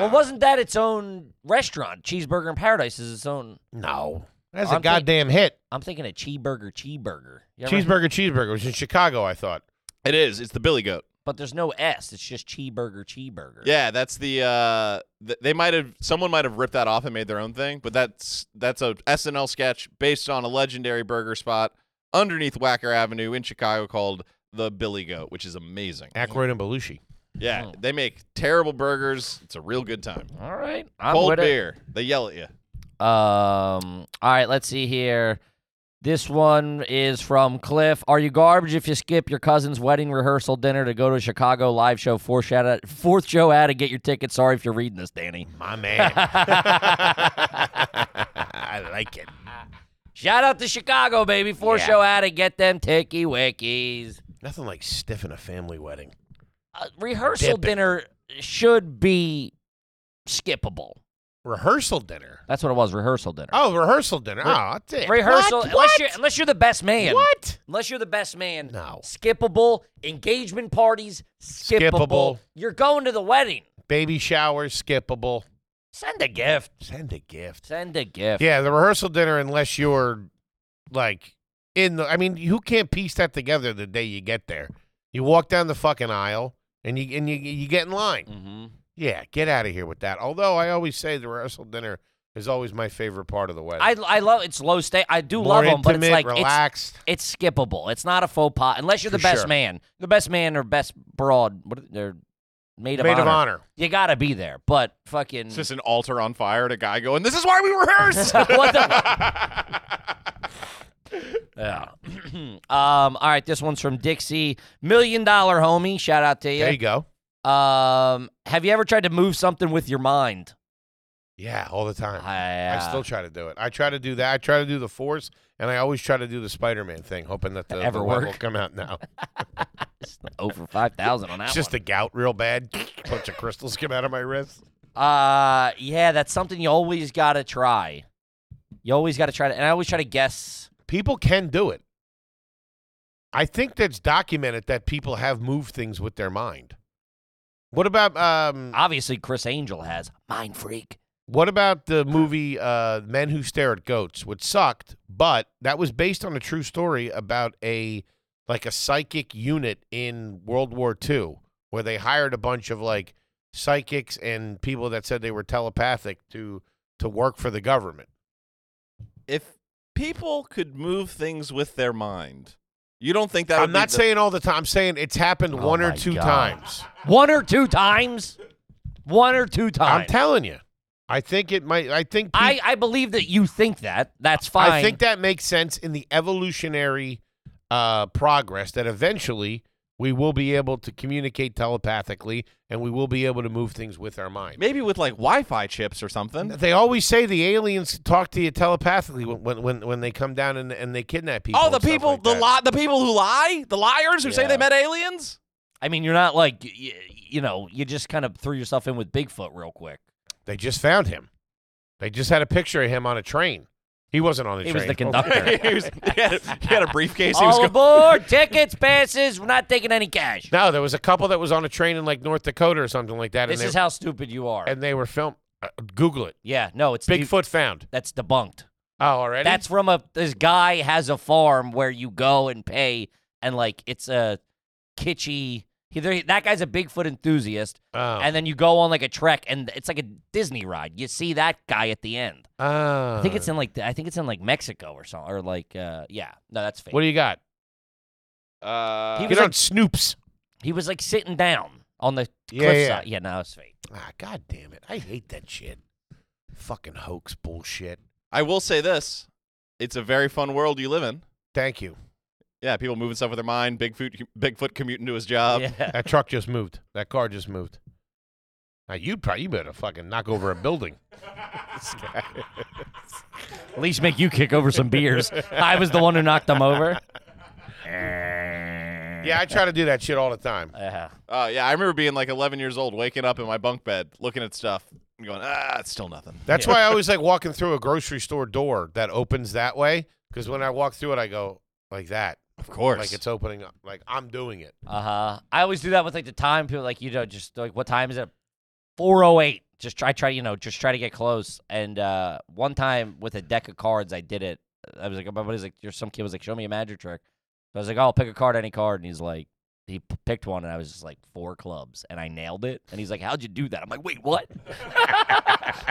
Speaker 2: Well,
Speaker 5: on.
Speaker 2: wasn't that its own restaurant? Cheeseburger in Paradise is its own.
Speaker 1: No, that's
Speaker 2: I'm
Speaker 1: a
Speaker 2: think-
Speaker 1: goddamn hit.
Speaker 2: I'm thinking of cheeseburger, cheeseburger. You ever-
Speaker 1: Cheeseburger, cheeseburger. It was in Chicago, I thought.
Speaker 5: It is. It's the Billy Goat.
Speaker 2: But there's no S. It's just cheeseburger, cheeseburger.
Speaker 5: Yeah, that's the uh th- they might have someone might have ripped that off and made their own thing, but that's that's a SNL sketch based on a legendary burger spot underneath Wacker Avenue in Chicago called the Billy Goat, which is amazing.
Speaker 1: Aykroyd and Belushi.
Speaker 5: Yeah,
Speaker 2: oh.
Speaker 5: they make terrible burgers. It's a real good time.
Speaker 2: All right. I'm
Speaker 5: Cold
Speaker 2: with it. Mm.
Speaker 5: beer. They yell at you.
Speaker 2: Um. All right. Let's see here. This one is from Cliff. Are you garbage if you skip your cousin's wedding rehearsal dinner to go to a Chicago live show? Fourth shout out, fourth show ad and get your ticket. Sorry if you're reading this, Danny.
Speaker 1: My man. I like it.
Speaker 2: Shout out to Chicago, baby. Four
Speaker 1: Yeah.
Speaker 2: show out and get them ticky wickies.
Speaker 1: Nothing like stiffing a family wedding.
Speaker 2: Uh, rehearsal
Speaker 1: Dip it.
Speaker 2: dinner should be skippable.
Speaker 1: Rehearsal dinner.
Speaker 2: That's what it was. Rehearsal dinner.
Speaker 1: Oh, rehersal dinner. oh, that's it.
Speaker 2: rehearsal.
Speaker 1: What?
Speaker 2: Unless
Speaker 1: What?
Speaker 2: you're unless you're the best man.
Speaker 1: What?
Speaker 2: Unless you're the best man.
Speaker 1: No.
Speaker 2: Skippable engagement parties. Skippable.
Speaker 1: Skippable.
Speaker 2: You're going to the wedding.
Speaker 1: Baby showers skippable.
Speaker 2: Send a gift.
Speaker 1: Send a gift.
Speaker 2: Send a gift.
Speaker 1: Yeah, the rehearsal dinner, unless you're like in the. I mean, who can't piece that together the day you get there? You walk down the fucking aisle and you and you you get in line.
Speaker 5: Mm-hmm.
Speaker 1: Yeah, get out of here with that. Although I always say the rehearsal dinner is always my favorite part of the wedding.
Speaker 2: I, I love it's low stake. I do
Speaker 1: More
Speaker 2: love them, but it's
Speaker 1: intimate,
Speaker 2: like it's,
Speaker 1: relaxed.
Speaker 2: it's skippable. It's not a faux pas unless you're the
Speaker 1: For
Speaker 2: best
Speaker 1: sure.
Speaker 2: man. The best man or best broad. What are, they're made of
Speaker 1: maid
Speaker 2: honor.
Speaker 1: of honor.
Speaker 2: You gotta be there, but fucking
Speaker 5: It's just an altar on fire and a guy going, This is why we rehearse.
Speaker 2: What Yeah. um, all right, this one's from Dixie. Million dollar homie. Shout out to you.
Speaker 1: There you go.
Speaker 2: um, have you ever tried to move something with your mind?
Speaker 1: Yeah, all the time.
Speaker 2: I, uh,
Speaker 1: I still try to do it. I try to do that. I try to do the force, and I always try to do the Spider-Man thing, hoping that the,
Speaker 2: Ever
Speaker 1: the web will
Speaker 2: work?
Speaker 1: come out now.
Speaker 2: over five thousand on that
Speaker 1: It's just
Speaker 2: one.
Speaker 1: a gout real bad. Bunch of crystals come out of my wrist.
Speaker 2: uh, yeah, that's something you always gotta try. You always gotta try to, and I always try to guess.
Speaker 1: People can do it. I think that's documented that people have moved things with their mind. What about um?
Speaker 2: Obviously, Chris Angel has mind freak.
Speaker 1: What about the movie uh, "Men Who Stare at Goats," which sucked, but that was based on a true story about a like a psychic unit in World War II, where they hired a bunch of like psychics and people that said they were telepathic to to work for the government.
Speaker 5: if people could move things with their mind, you don't think that would
Speaker 1: I'm
Speaker 5: be
Speaker 1: not
Speaker 5: the-
Speaker 1: saying all the time. I'm saying it's happened
Speaker 2: Oh
Speaker 1: one or
Speaker 2: my
Speaker 1: two
Speaker 2: God.
Speaker 1: times.
Speaker 2: One or two times. One or two
Speaker 1: I'm
Speaker 2: times.
Speaker 1: telling you. I think it might. I think. peop-
Speaker 2: I, I believe that you think that. That's fine.
Speaker 1: I think that makes sense in the evolutionary uh, progress that eventually we will be able to communicate telepathically and we will be able to move things with our mind.
Speaker 5: maybe with like Wi Fi chips or something.
Speaker 1: They always say the aliens talk to you telepathically when when, when, when they come down and, and they kidnap people.
Speaker 5: Oh, the
Speaker 1: and stuff
Speaker 5: people,
Speaker 1: like
Speaker 5: the
Speaker 1: that.
Speaker 5: li- the people who lie, the liars who say
Speaker 2: Yeah.
Speaker 5: they met aliens.
Speaker 2: I mean, you're not like you, you know, you just kind of threw yourself in with Bigfoot real quick.
Speaker 1: They just found him. They just had a picture of him on a train. He wasn't on the
Speaker 2: He was
Speaker 1: train.
Speaker 2: the conductor.
Speaker 5: he, was- he had a, he had a briefcase. He was
Speaker 2: All
Speaker 5: going.
Speaker 2: aboard! Tickets, passes. We're not taking any cash.
Speaker 1: No, there was a couple that was on a train in like North Dakota or something like that,
Speaker 2: This
Speaker 1: and
Speaker 2: is
Speaker 1: they
Speaker 2: how stupid you are.
Speaker 1: and they were filmed. Uh, Google it.
Speaker 2: yeah, no, it's de-
Speaker 1: Bigfoot found.
Speaker 2: that's debunked.
Speaker 1: Oh, already.
Speaker 2: That's from a this guy has a farm where you go and pay, and like it's a kitschy. He, there- that guy's a Bigfoot enthusiast,
Speaker 1: Oh.
Speaker 2: and then you go on like a trek, and it's like a Disney ride. You see that guy at the end.
Speaker 1: Ah.
Speaker 2: I think it's in like I think it's in like Mexico or something, or like uh, yeah, no, that's fake.
Speaker 1: What do you got?
Speaker 5: Uh,
Speaker 2: He
Speaker 1: Get
Speaker 2: was
Speaker 1: on
Speaker 2: like-
Speaker 1: Snoops.
Speaker 2: He was like sitting down on the
Speaker 1: Yeah,
Speaker 2: cliffside. Yeah, no, it's fake.
Speaker 1: Ah, God damn it. I hate that shit. Fucking hoax bullshit.
Speaker 5: I will say this: it's a very fun world you live in.
Speaker 1: Thank you.
Speaker 5: Yeah, people moving stuff with their mind. Bigfoot, Bigfoot commuting to his job.
Speaker 2: yeah.
Speaker 1: That truck just moved. That car just moved. Now you probably you better fucking knock over a building.
Speaker 2: At least make you kick over some beers. I was the one who knocked them over.
Speaker 1: Yeah, I try to do that shit all the time.
Speaker 2: Yeah.
Speaker 5: Uh, yeah, I remember being like 11 years old, waking up in my bunk bed, looking at stuff, and going, "Ah, it's still nothing."
Speaker 1: That's why I always like walking through a grocery store door that opens that way. Because when I walk through it, I go like that,
Speaker 5: Of course.
Speaker 1: like it's opening up, like I'm doing it.
Speaker 2: Uh huh. I always do that with like the time. People like you know just like what time is it? Four oh eight. Just try try you know just try to get close. And uh, one time with a deck of cards, I did it. I was like, my buddy's like, there's some kid was like, show me a magic trick. So I was like, oh, I'll pick a card, any card. And he's like, he p- picked one, and I was just like, four clubs, and I nailed it. And he's like, how'd you do that? I'm like, wait, what?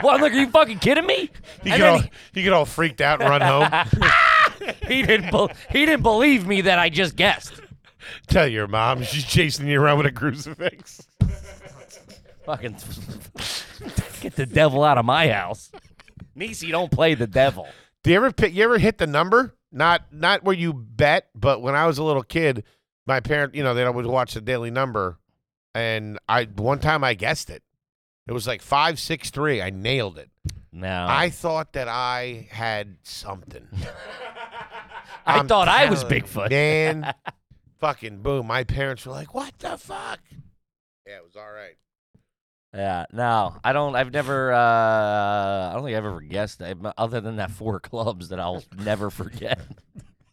Speaker 2: well, I'm like, are you fucking kidding me?
Speaker 1: You
Speaker 2: And
Speaker 1: get
Speaker 2: then
Speaker 1: all you get all freaked out and run home.
Speaker 2: he didn't bel he didn't believe me that I just guessed.
Speaker 1: Tell your mom she's chasing you around with a crucifix.
Speaker 2: Fucking get the devil out of my house. Niecy, don't play the devil.
Speaker 1: Do you ever pick, you ever hit the number? Not not where you bet, but when I was a little kid, my parent, you know, they always watch the Daily Number, and I one time I guessed it. It was like five six three. I nailed it,
Speaker 2: No.
Speaker 1: I thought that I had something.
Speaker 2: I
Speaker 1: I'm
Speaker 2: thought I was
Speaker 1: telling you,
Speaker 2: Bigfoot.
Speaker 1: Man, fucking boom. My parents were like, what the fuck? Yeah, it was all right.
Speaker 2: Yeah, no, I don't. I've never. Uh, I don't think I've ever guessed that, m- other than that four clubs that I'll never forget.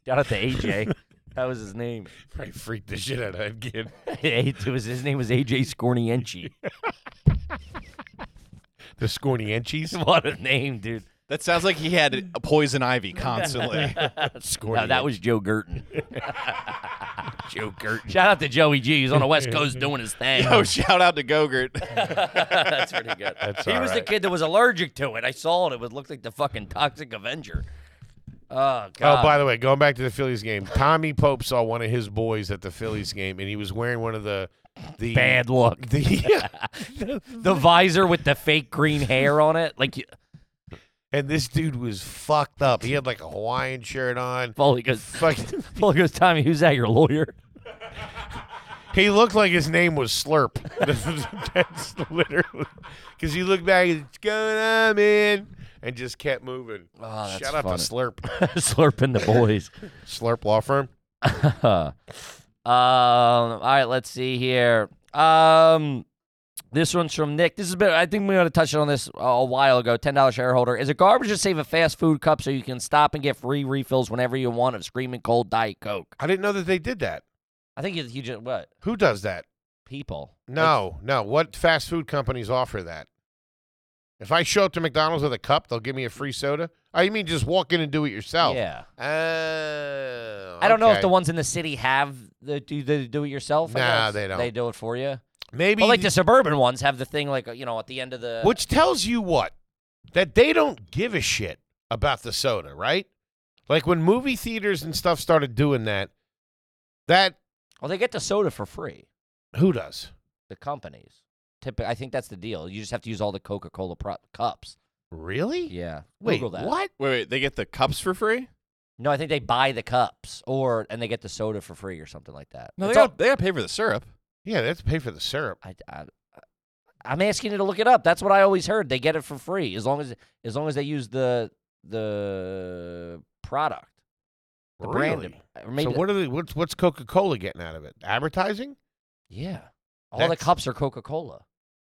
Speaker 2: Shout out to AJ. That was his name.
Speaker 1: Probably freaked the shit out of that kid.
Speaker 2: it was his name was AJ Scornienchi.
Speaker 1: The Scornienchis?
Speaker 2: What a name, dude.
Speaker 5: That sounds like he had a poison ivy constantly.
Speaker 2: No, that was Joe Gerton. Joe Gerton. Shout out to Joey G. He's on the West Coast doing his thing.
Speaker 5: oh, shout out to Gogurt.
Speaker 2: That's pretty good.
Speaker 1: That's
Speaker 2: he
Speaker 1: all
Speaker 2: was the
Speaker 1: right.
Speaker 2: kid that was allergic to it. I saw it. It would look like the fucking Toxic Avenger. Oh God.
Speaker 1: Oh, by the way, going back to the Phillies game, Tommy Pope saw one of his boys at the Phillies game, and he was wearing one of the the
Speaker 2: bad look.
Speaker 1: the
Speaker 2: the visor with the fake green hair on it, like you,
Speaker 1: and this dude was fucked up. He had like a Hawaiian shirt on.
Speaker 2: Foley goes,
Speaker 1: Fuck,
Speaker 2: Foley goes, Tommy, who's that? Your lawyer?
Speaker 1: he looked like his name was Slurp. That's literally because he looked back. he's, What's going on, man? And just kept moving.
Speaker 2: Oh, that's
Speaker 1: Shout out
Speaker 2: funny.
Speaker 1: to Slurp,
Speaker 2: Slurping the boys.
Speaker 1: Slurp Law Firm.
Speaker 2: um, all right, let's see here. Um, this one's from Nick. This is a bit. I think we ought to touch on this uh, a while ago. Ten dollars shareholder. Is it garbage to save a fast food cup so you can stop and get free refills whenever you want of screaming cold diet coke?
Speaker 1: I didn't know that they did that.
Speaker 2: I think you, you just what
Speaker 1: Who does that?
Speaker 2: people.
Speaker 1: No, no. What fast food companies offer that? If I show up to McDonald's with a cup, they'll give me a free soda. Oh, you mean just walk in and do it yourself?
Speaker 2: Yeah.
Speaker 1: Oh,
Speaker 2: I don't know if
Speaker 1: okay.
Speaker 2: the ones in the city have the do they do it yourself. I
Speaker 1: Nah,
Speaker 2: guess.
Speaker 1: they don't.
Speaker 2: They do it for you.
Speaker 1: maybe
Speaker 2: Well, like the suburban ones have the thing like you know at the end of the
Speaker 1: which tells you what that they don't give a shit about the soda, right? Like when movie theaters and stuff started doing that, that
Speaker 2: Well, they get the soda for free.
Speaker 1: who does?
Speaker 2: The companies. Typ- I think that's the deal. You just have to use all the Coca Cola pro- cups.
Speaker 1: Really?
Speaker 2: Yeah.
Speaker 1: Wait,
Speaker 2: Google that.
Speaker 1: what?
Speaker 5: Wait, wait, they get the cups for free?
Speaker 2: No, I think they buy the cups or and they get the soda for free or something like that.
Speaker 5: No, they
Speaker 2: It's
Speaker 5: got,
Speaker 2: all-
Speaker 5: they got to pay for the syrup.
Speaker 1: Yeah, they have to pay for the syrup.
Speaker 2: I, I, uh, I'm asking you to look it up. That's what I always heard. They get it for free as long as as long as they use the the product, the brand. uh,
Speaker 1: Really?
Speaker 2: Or maybe
Speaker 1: so
Speaker 2: the-
Speaker 1: what are they, what's what's Coca Cola getting out of it? Advertising?
Speaker 2: Yeah. All the
Speaker 1: That's-
Speaker 2: cups are Coca Cola.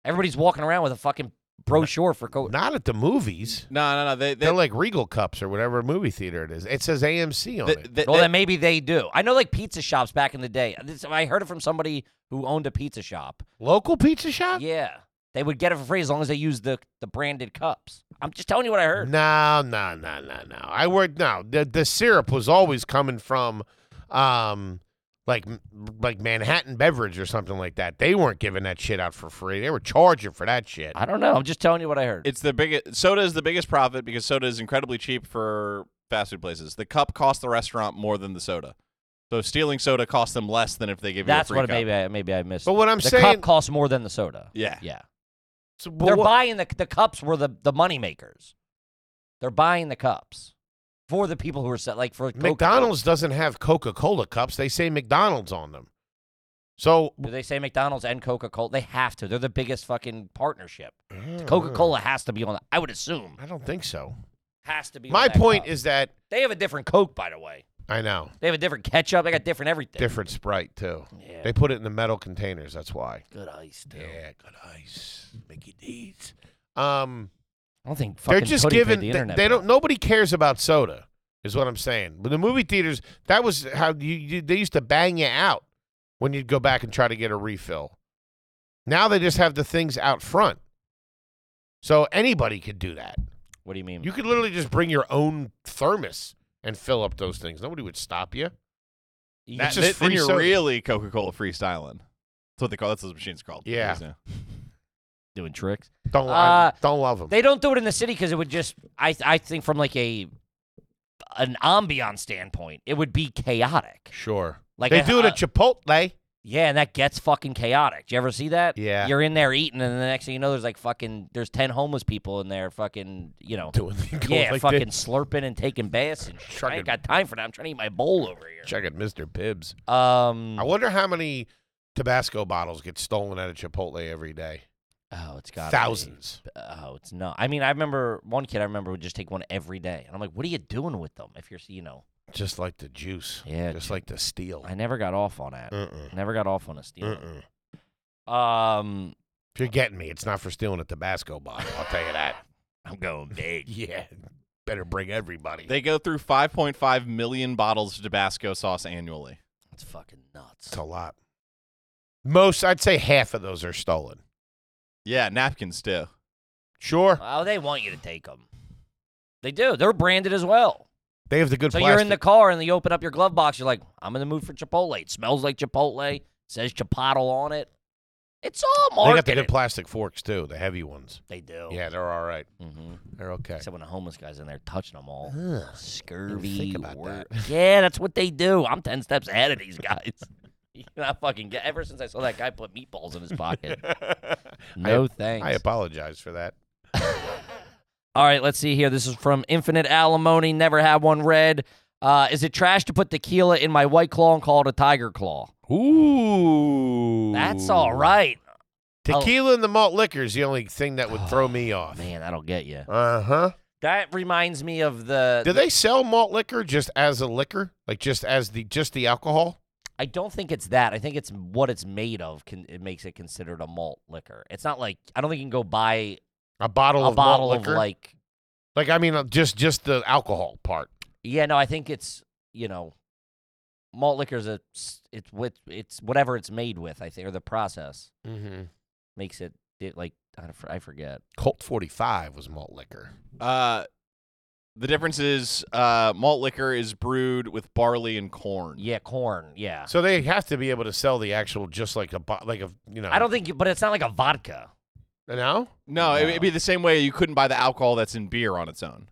Speaker 2: Everybody's walking around with a fucking brochure for Coca.
Speaker 1: Not at the movies.
Speaker 5: No, no, no. They, they,
Speaker 1: They're like Regal cups or whatever movie theater it is. It says AMC on
Speaker 5: they,
Speaker 1: it.
Speaker 5: they-
Speaker 2: Well,
Speaker 5: they-
Speaker 2: then maybe they do. I know, like pizza shops back in the day. This, I heard it from somebody who owned a pizza shop.
Speaker 1: Local pizza shop?
Speaker 2: Yeah, they would get it for free as long as they used the the branded cups. I'm just telling you what I
Speaker 1: Mm.
Speaker 2: heard.
Speaker 1: No, no, no, no, no. I worked no. The the syrup was always coming from um like like Manhattan beverage or something like that. They weren't giving that shit out for free. They were charging for that shit.
Speaker 2: I don't know. I'm just telling you what I heard.
Speaker 5: it's the biggest. Soda is the biggest profit because soda is incredibly cheap for fast food places. The cup costs the restaurant more than the soda. So stealing soda costs them less than if they give
Speaker 2: That's
Speaker 5: you a free
Speaker 2: what
Speaker 5: cup.
Speaker 2: maybe I, maybe I missed.
Speaker 1: But what I'm
Speaker 2: the
Speaker 1: saying
Speaker 2: cup costs more than the soda.
Speaker 5: Yeah.
Speaker 2: Yeah,
Speaker 1: so,
Speaker 2: they're
Speaker 1: but what-
Speaker 2: buying the the cups were the the money makers. They're buying the cups for the people who are set like for Coca-Cola.
Speaker 1: McDonald's doesn't have Coca-Cola cups. They say McDonald's on them. So
Speaker 2: Do they say McDonald's and Coca Cola? They have to. They're the biggest fucking partnership.
Speaker 1: Mm-hmm.
Speaker 2: Coca Cola has to be on. The, I would assume
Speaker 1: I don't think so.
Speaker 2: has to be. on
Speaker 1: My
Speaker 2: that
Speaker 1: point
Speaker 2: cup.
Speaker 1: is that
Speaker 2: they have a different Coke, by the way.
Speaker 1: I know.
Speaker 2: They have a different ketchup. They got different everything.
Speaker 1: Different Sprite too.
Speaker 2: Yeah.
Speaker 1: They put it in the metal containers. That's why.
Speaker 2: Good ice too.
Speaker 1: good ice, Mickey D's. Um,
Speaker 2: I don't think
Speaker 1: they're
Speaker 2: fucking
Speaker 1: just
Speaker 2: Cody paid
Speaker 1: giving.
Speaker 2: the
Speaker 1: they-
Speaker 2: internet.
Speaker 1: they,
Speaker 2: for
Speaker 1: don't. Nobody cares about soda, is what I'm saying. But the movie theaters, that was how you, you they used to bang you out when you'd go back and try to get a refill. Now they just have the things out front, so anybody could do that.
Speaker 2: that. What do you mean?
Speaker 1: You could literally just bring your own thermos and fill up those things. Nobody would stop you.
Speaker 2: You-
Speaker 5: That,
Speaker 1: It's just
Speaker 5: then- then
Speaker 1: free
Speaker 5: you're
Speaker 1: soda.
Speaker 5: really Coca Cola freestyling. That's what they call. That's what the machine's called.
Speaker 1: Yeah.
Speaker 2: doing tricks.
Speaker 1: Don't I
Speaker 2: Uh,
Speaker 1: don't love them.
Speaker 2: They don't do it in the city because it would just. I I think from like a an ambiance standpoint, it would be chaotic.
Speaker 1: sure,
Speaker 2: Like uh,
Speaker 1: they
Speaker 2: a-
Speaker 1: do it
Speaker 2: a-
Speaker 1: at Chipotle.
Speaker 2: Yeah, and that gets fucking chaotic. Do you ever see that?
Speaker 1: Yeah.
Speaker 2: You're in there eating, and the next thing you know, there's like fucking, there's 10 homeless people in there fucking, you know,
Speaker 1: Doing things
Speaker 2: yeah,
Speaker 1: like
Speaker 2: fucking
Speaker 1: this.
Speaker 2: slurping and taking baths and shit. I
Speaker 1: Chugging.
Speaker 2: ain't got time for that. I'm trying to eat my bowl over here.
Speaker 1: Check it, Mr. Pibbs.
Speaker 2: Um,
Speaker 1: I wonder how many Tabasco bottles get stolen out of Chipotle every day.
Speaker 2: Oh, it's got
Speaker 1: Thousands.
Speaker 2: Oh, it's no. I mean, I remember one kid. I remember would just take one every day, and I'm like, "What are you doing with them? If you're, you know,
Speaker 1: Just like the juice.
Speaker 2: yeah."
Speaker 1: Just
Speaker 2: ju-
Speaker 1: like the steel.
Speaker 2: I never got off on that.
Speaker 1: Mm-mm.
Speaker 2: Never got off on a steal.
Speaker 1: Mm-mm.
Speaker 2: Um,
Speaker 1: If you're getting me, it's not for stealing a Tabasco bottle. I'll tell you that.
Speaker 2: I'm going big.
Speaker 1: Yeah. Better bring everybody.
Speaker 5: They go through 5.5 million bottles of Tabasco sauce annually.
Speaker 2: That's fucking nuts.
Speaker 1: It's a lot. Most, I'd say half of those are stolen.
Speaker 5: Yeah, napkins too.
Speaker 1: Sure.
Speaker 2: Oh, they want you to take them. They do. They're branded as well.
Speaker 1: They have the good
Speaker 2: so
Speaker 1: plastic.
Speaker 2: you're in the car and you open up your glove box. You're like, I'm in the mood for Chipotle. It smells like Chipotle. Says Chipotle on it. It's all
Speaker 1: they got the
Speaker 2: marketed.
Speaker 1: good plastic forks, too, the heavy ones.
Speaker 2: They do.
Speaker 1: Yeah, they're all right.
Speaker 2: Mm-hmm.
Speaker 1: They're okay.
Speaker 2: Except when a homeless guy's in there touching them all.
Speaker 1: Ugh.
Speaker 2: Scurvy.
Speaker 1: think about
Speaker 2: wor-
Speaker 1: that.
Speaker 2: Yeah, that's what they do. I'm ten steps ahead of these guys. You're not fucking. Get- Ever since I saw that guy put meatballs in his pocket, no thanks.
Speaker 1: I apologize for that.
Speaker 2: All right, let's see here. This is from Infinite Alimony. Never had one red. Uh, is it trash to put tequila in my white claw and call it a tiger claw?
Speaker 1: Ooh.
Speaker 2: That's all right.
Speaker 1: Tequila and the malt liquor is the only thing that would throw me off.
Speaker 2: Oh. Man, that'll get you.
Speaker 1: Uh huh.
Speaker 2: That reminds me of the.
Speaker 1: Do they sell malt liquor just as a liquor, like just as the just the alcohol?
Speaker 2: I don't think it's that. I think it's what it's made of. Can, it makes it considered a malt liquor. It's not like I don't think you can go buy
Speaker 1: A bottle
Speaker 2: a
Speaker 1: Oh, of
Speaker 2: bottle
Speaker 1: malt
Speaker 2: of
Speaker 1: liquor.
Speaker 2: like.
Speaker 1: like I mean, uh, just just the alcohol part.
Speaker 2: Yeah, no, I think it's you know, malt liquor's a s- it's with it's whatever it's made with. I think or the process
Speaker 1: Mm-hmm.
Speaker 2: makes it, it like I don't f- I forget.
Speaker 1: Colt forty five was malt liquor.
Speaker 5: Uh, the difference is uh, malt liquor is brewed with barley and corn.
Speaker 2: Yeah, corn. Yeah.
Speaker 1: So they have to be able to sell the actual, just like a bo- like a you know. Uh,
Speaker 2: I don't think, you, but it's not like a vodka.
Speaker 1: know.
Speaker 5: No, it-
Speaker 2: No.
Speaker 5: it'd be the same way you couldn't buy the alcohol that's in beer on its own.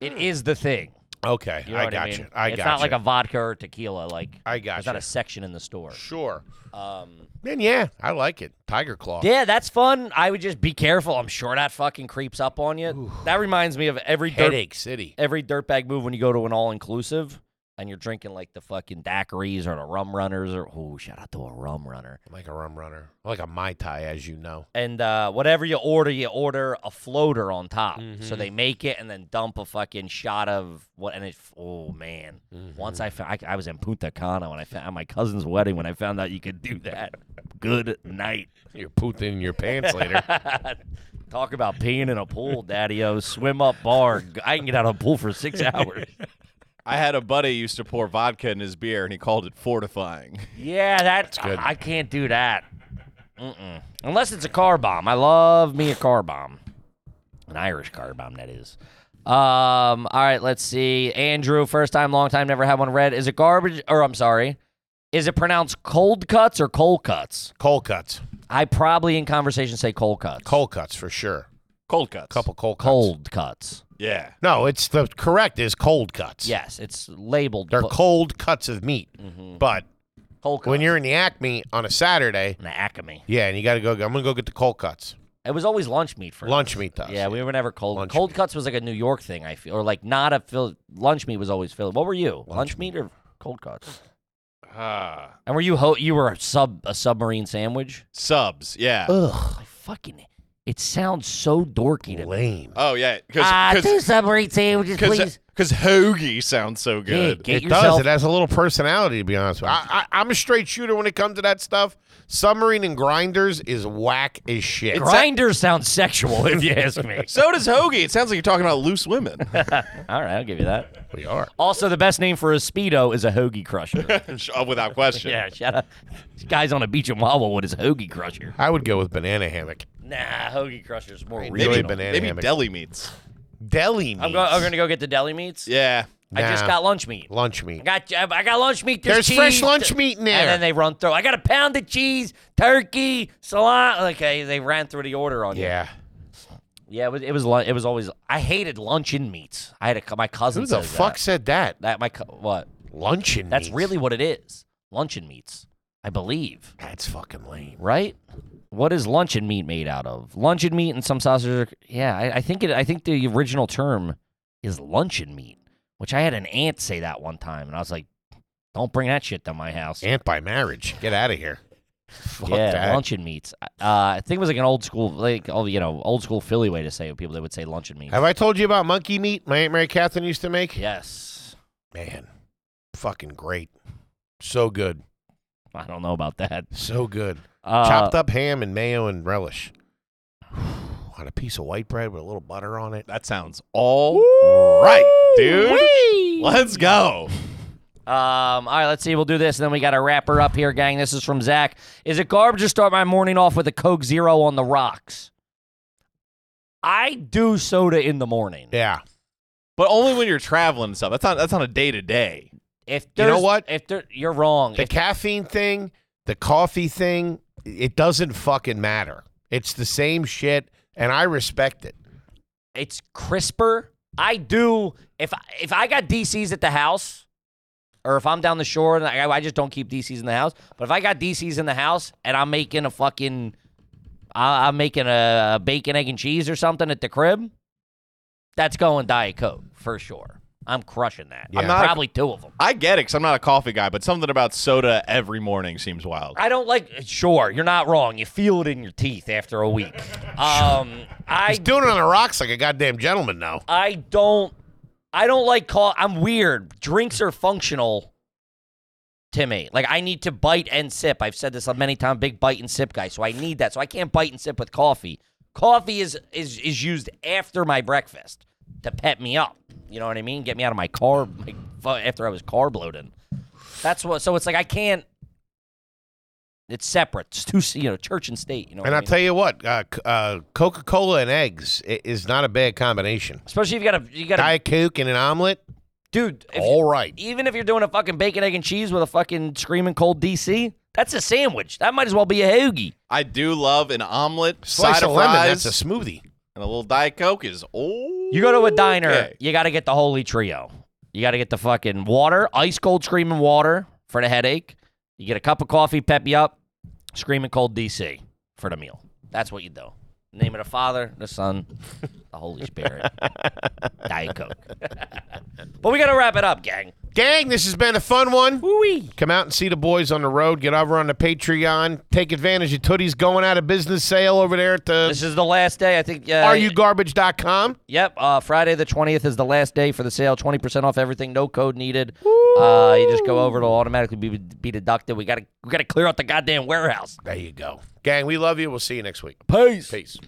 Speaker 2: It is the thing.
Speaker 1: Okay,
Speaker 2: You know
Speaker 1: Hmm. I
Speaker 2: what
Speaker 1: got
Speaker 2: I mean?
Speaker 1: you. I
Speaker 2: it's
Speaker 1: got
Speaker 2: not
Speaker 1: you.
Speaker 2: like a vodka or tequila. Like
Speaker 1: I got
Speaker 2: there's
Speaker 1: you.
Speaker 2: not a section in the store.
Speaker 1: Sure.
Speaker 2: Um,
Speaker 1: Then yeah, I like it. Tiger Claw.
Speaker 2: yeah, that's fun. I would just be careful. I'm sure that fucking creeps up on you.
Speaker 1: Ooh.
Speaker 2: That reminds me of every dirt
Speaker 1: Headache City.
Speaker 2: every dirtbag move when you go to an all inclusive and you're drinking like the fucking daiquiris or the rum runners or oh shout out to a rum runner
Speaker 1: I'm like a rum runner. I'm like a mai tai, as you know.
Speaker 2: and uh, whatever you order you order a floater on top so
Speaker 1: Mhm.
Speaker 2: they make it and then dump a fucking shot of what and it oh man once I, found, I I was in Punta Cana when I found at my cousin's wedding when I found out you could do that good night
Speaker 1: You're pooping in your pants later.
Speaker 2: Talk about peeing in a pool, Daddy O. Swim up bar. I can get out of a pool for six hours.
Speaker 5: I had a buddy who used to pour vodka in his beer, and he called it fortifying.
Speaker 2: Yeah, that's,
Speaker 1: good.
Speaker 2: I can't do that. Mm-mm. Unless it's a car bomb. I love me a car bomb. An Irish car bomb, that is. Um, all right, let's see. Andrew, first time, long time, never had one read. Is it garbage? Or I'm sorry. Is it pronounced cold cuts or cold cuts?
Speaker 1: Cold cuts.
Speaker 2: I probably in conversation say cold cuts.
Speaker 1: Cold cuts for sure.
Speaker 5: Cold cuts.
Speaker 1: Couple cold cuts.
Speaker 2: cold cuts.
Speaker 5: Yeah.
Speaker 1: No, it's the correct is cold cuts.
Speaker 2: Yes, it's labeled
Speaker 1: They're
Speaker 2: co-
Speaker 1: cold cuts of meat.
Speaker 2: Mm-hmm.
Speaker 1: But
Speaker 2: cold cuts.
Speaker 1: when you're in the Acme on a Saturday,
Speaker 2: in the Acme.
Speaker 1: yeah, and you got to go, I'm going to go get the cold cuts.
Speaker 2: It was always lunch meat for
Speaker 1: Lunch
Speaker 2: us.
Speaker 1: meat to us,
Speaker 2: Yeah, we were never cold.
Speaker 1: Lunch
Speaker 2: cold cuts was like a New York thing. I feel or like not a Phil. Lunch meat was always Philly. What were you? Lunch, meat. or cold cuts?
Speaker 5: Ah.
Speaker 2: And were you ho- you were a sub a submarine sandwich?
Speaker 5: subs. Yeah.
Speaker 2: Ugh, I fucking. It sounds so dorky to me.
Speaker 1: Lame.
Speaker 5: oh yeah.
Speaker 2: Ah, two
Speaker 5: Because
Speaker 2: submarine sandwiches, please.
Speaker 5: because hoagie sounds so
Speaker 2: Yeah,
Speaker 5: good.
Speaker 2: get
Speaker 1: it
Speaker 2: yourself.
Speaker 1: does. It has a little personality, to be honest with you. I, I, I'm a straight shooter when it comes to that stuff. Submarine and grinders is whack as shit.
Speaker 2: Grinder sounds sexual, if you ask me.
Speaker 5: So does hoagie. It sounds like you're talking about loose women.
Speaker 2: All right, I'll give you that.
Speaker 1: We are.
Speaker 2: Also, the best name for a speedo is a hoagie crusher.
Speaker 5: Oh, Without question.
Speaker 2: yeah, shout out. This guy's on a beach in Wawa with his hoagie crusher.
Speaker 1: I would go with banana hammock.
Speaker 2: Nah, hoagie crusher's more
Speaker 1: Maybe
Speaker 2: original.
Speaker 5: Maybe,
Speaker 1: banana
Speaker 5: maybe
Speaker 1: hammock.
Speaker 5: deli meats.
Speaker 1: Deli meat.
Speaker 2: I'm, go- I'm gonna go get the deli meats.
Speaker 5: Yeah.
Speaker 2: I just
Speaker 1: Nah.
Speaker 2: got lunch meat.
Speaker 1: lunch
Speaker 2: I
Speaker 1: meat.
Speaker 2: got I got lunch meat.
Speaker 1: There's fresh
Speaker 2: cheese,
Speaker 1: lunch
Speaker 2: th-
Speaker 1: meat in
Speaker 2: And then
Speaker 1: there.
Speaker 2: they run through. I got a pound of cheese, turkey, salami. Okay, they ran through the order on you.
Speaker 1: Yeah.
Speaker 2: Yeah, it was it was, lun- it was always. I hated luncheon meats. I had a, co- my cousin.
Speaker 1: Who the
Speaker 2: says
Speaker 1: fuck
Speaker 2: That.
Speaker 1: said that?
Speaker 2: that my co- what?
Speaker 1: Luncheon.
Speaker 2: That's
Speaker 1: meats.
Speaker 2: really what it is. Luncheon meats, I believe.
Speaker 1: That's fucking lame.
Speaker 2: Right? What is luncheon meat made out of? Luncheon meat and some sausages. Are, yeah, I, I think it. I think the original term is luncheon meat, which I had an aunt say that one time, and I was like, "Don't bring that shit to my house."
Speaker 1: Aunt by marriage. Get out of here. Fuck
Speaker 2: yeah,
Speaker 1: that.
Speaker 2: luncheon meats. Uh, I think it was like an old school, like oh, you know, old school Philly way to say it. People that would say luncheon meat.
Speaker 1: Have I told you about monkey meat my Aunt Mary Catherine used to make?
Speaker 2: yes,
Speaker 1: Man, fucking great. So good.
Speaker 2: I don't know about that.
Speaker 1: So good.
Speaker 2: Uh,
Speaker 1: Chopped up ham and mayo and relish. On a piece of white bread with a little butter on it.
Speaker 5: That sounds all right, dude. Let's go.
Speaker 2: Um, all right, let's see. We'll do this, and then we got to wrap her up here, gang. This is from Zach. Is it garbage to start my morning off with a Coke Zero on the rocks? I do soda in the morning.
Speaker 1: Yeah.
Speaker 5: But only when you're traveling and stuff. That's not that's on a day to day.
Speaker 2: If
Speaker 1: You know
Speaker 2: there's-
Speaker 1: what?
Speaker 2: If there, you're wrong.
Speaker 1: The
Speaker 2: If-
Speaker 1: caffeine thing, the coffee thing, it doesn't fucking matter. It's the same shit, and I respect it.
Speaker 2: it's crisper. I do. If I- if I got DCs at the house, or if I'm down the shore, and I, I just don't keep DCs in the house. But if I got DCs in the house, and I'm making a fucking, I, I'm making a bacon, egg, and cheese or something at the crib, that's going Diet Coke for sure. I'm crushing that.
Speaker 1: Yeah.
Speaker 2: I'm
Speaker 5: not a-
Speaker 2: probably two of them.
Speaker 5: I get it because I'm not a coffee guy, but something about soda every morning seems wild.
Speaker 2: I don't like. Sure, you're not wrong. You feel it in your teeth after a week. Um, I
Speaker 1: He's doing it on the rocks like a goddamn gentleman now.
Speaker 2: I don't I don't like call I'm weird. Drinks are functional to me. Like I need to bite and sip. I've said this many times, big bite and sip guy. So I need that. So I can't bite and sip with coffee. Coffee is is is used after my breakfast to pep me up. You know what I mean? Get me out of my car my, fu- after I was carb loading. That's what so it's like I can't it's separate. It's too you know, church and state, you know. what
Speaker 1: And
Speaker 2: I
Speaker 1: I'll
Speaker 2: mean?
Speaker 1: tell you what, uh, c- uh, Coca Cola and eggs i- is not a bad combination.
Speaker 2: Especially if you got a you got a
Speaker 1: Diet Coke and an omelet,
Speaker 2: dude if-
Speaker 1: all right.
Speaker 2: even if you're doing a fucking bacon, egg, and cheese with a fucking screaming cold DC, that's a sandwich. That might as well be a hoagie.
Speaker 5: I do love an omelet,
Speaker 1: Slice
Speaker 5: side
Speaker 1: of
Speaker 5: of
Speaker 1: lemon,
Speaker 5: fries,
Speaker 1: that's a smoothie.
Speaker 5: and a little diet coke is oh.
Speaker 2: You go to a diner,
Speaker 5: Okay.
Speaker 2: you got to get the holy trio. You got to get the fucking water, ice cold screaming water for the headache. You get a cup of coffee, pep you up, screaming cold DC for the meal. That's what you do. In the name of the Father, the Son, the Holy Spirit, Diet Coke. but we got to wrap it up, gang.
Speaker 1: Gang, this has been a fun one.
Speaker 2: Woo-wee.
Speaker 1: Come out and see the boys on the road. Get over on the Patreon. Take advantage of Tootie's going out of business sale over there at the
Speaker 2: This is the last day. I think. Uh,
Speaker 1: areyougarbage.com.
Speaker 2: Yep, uh, Friday the 20th is the last day for the sale. 20% off everything, no code needed. Uh, you just go over, it'll automatically be, be deducted. We got to we gotta clear out the goddamn warehouse.
Speaker 1: There you go. Gang, we love you. We'll see you next week. Peace.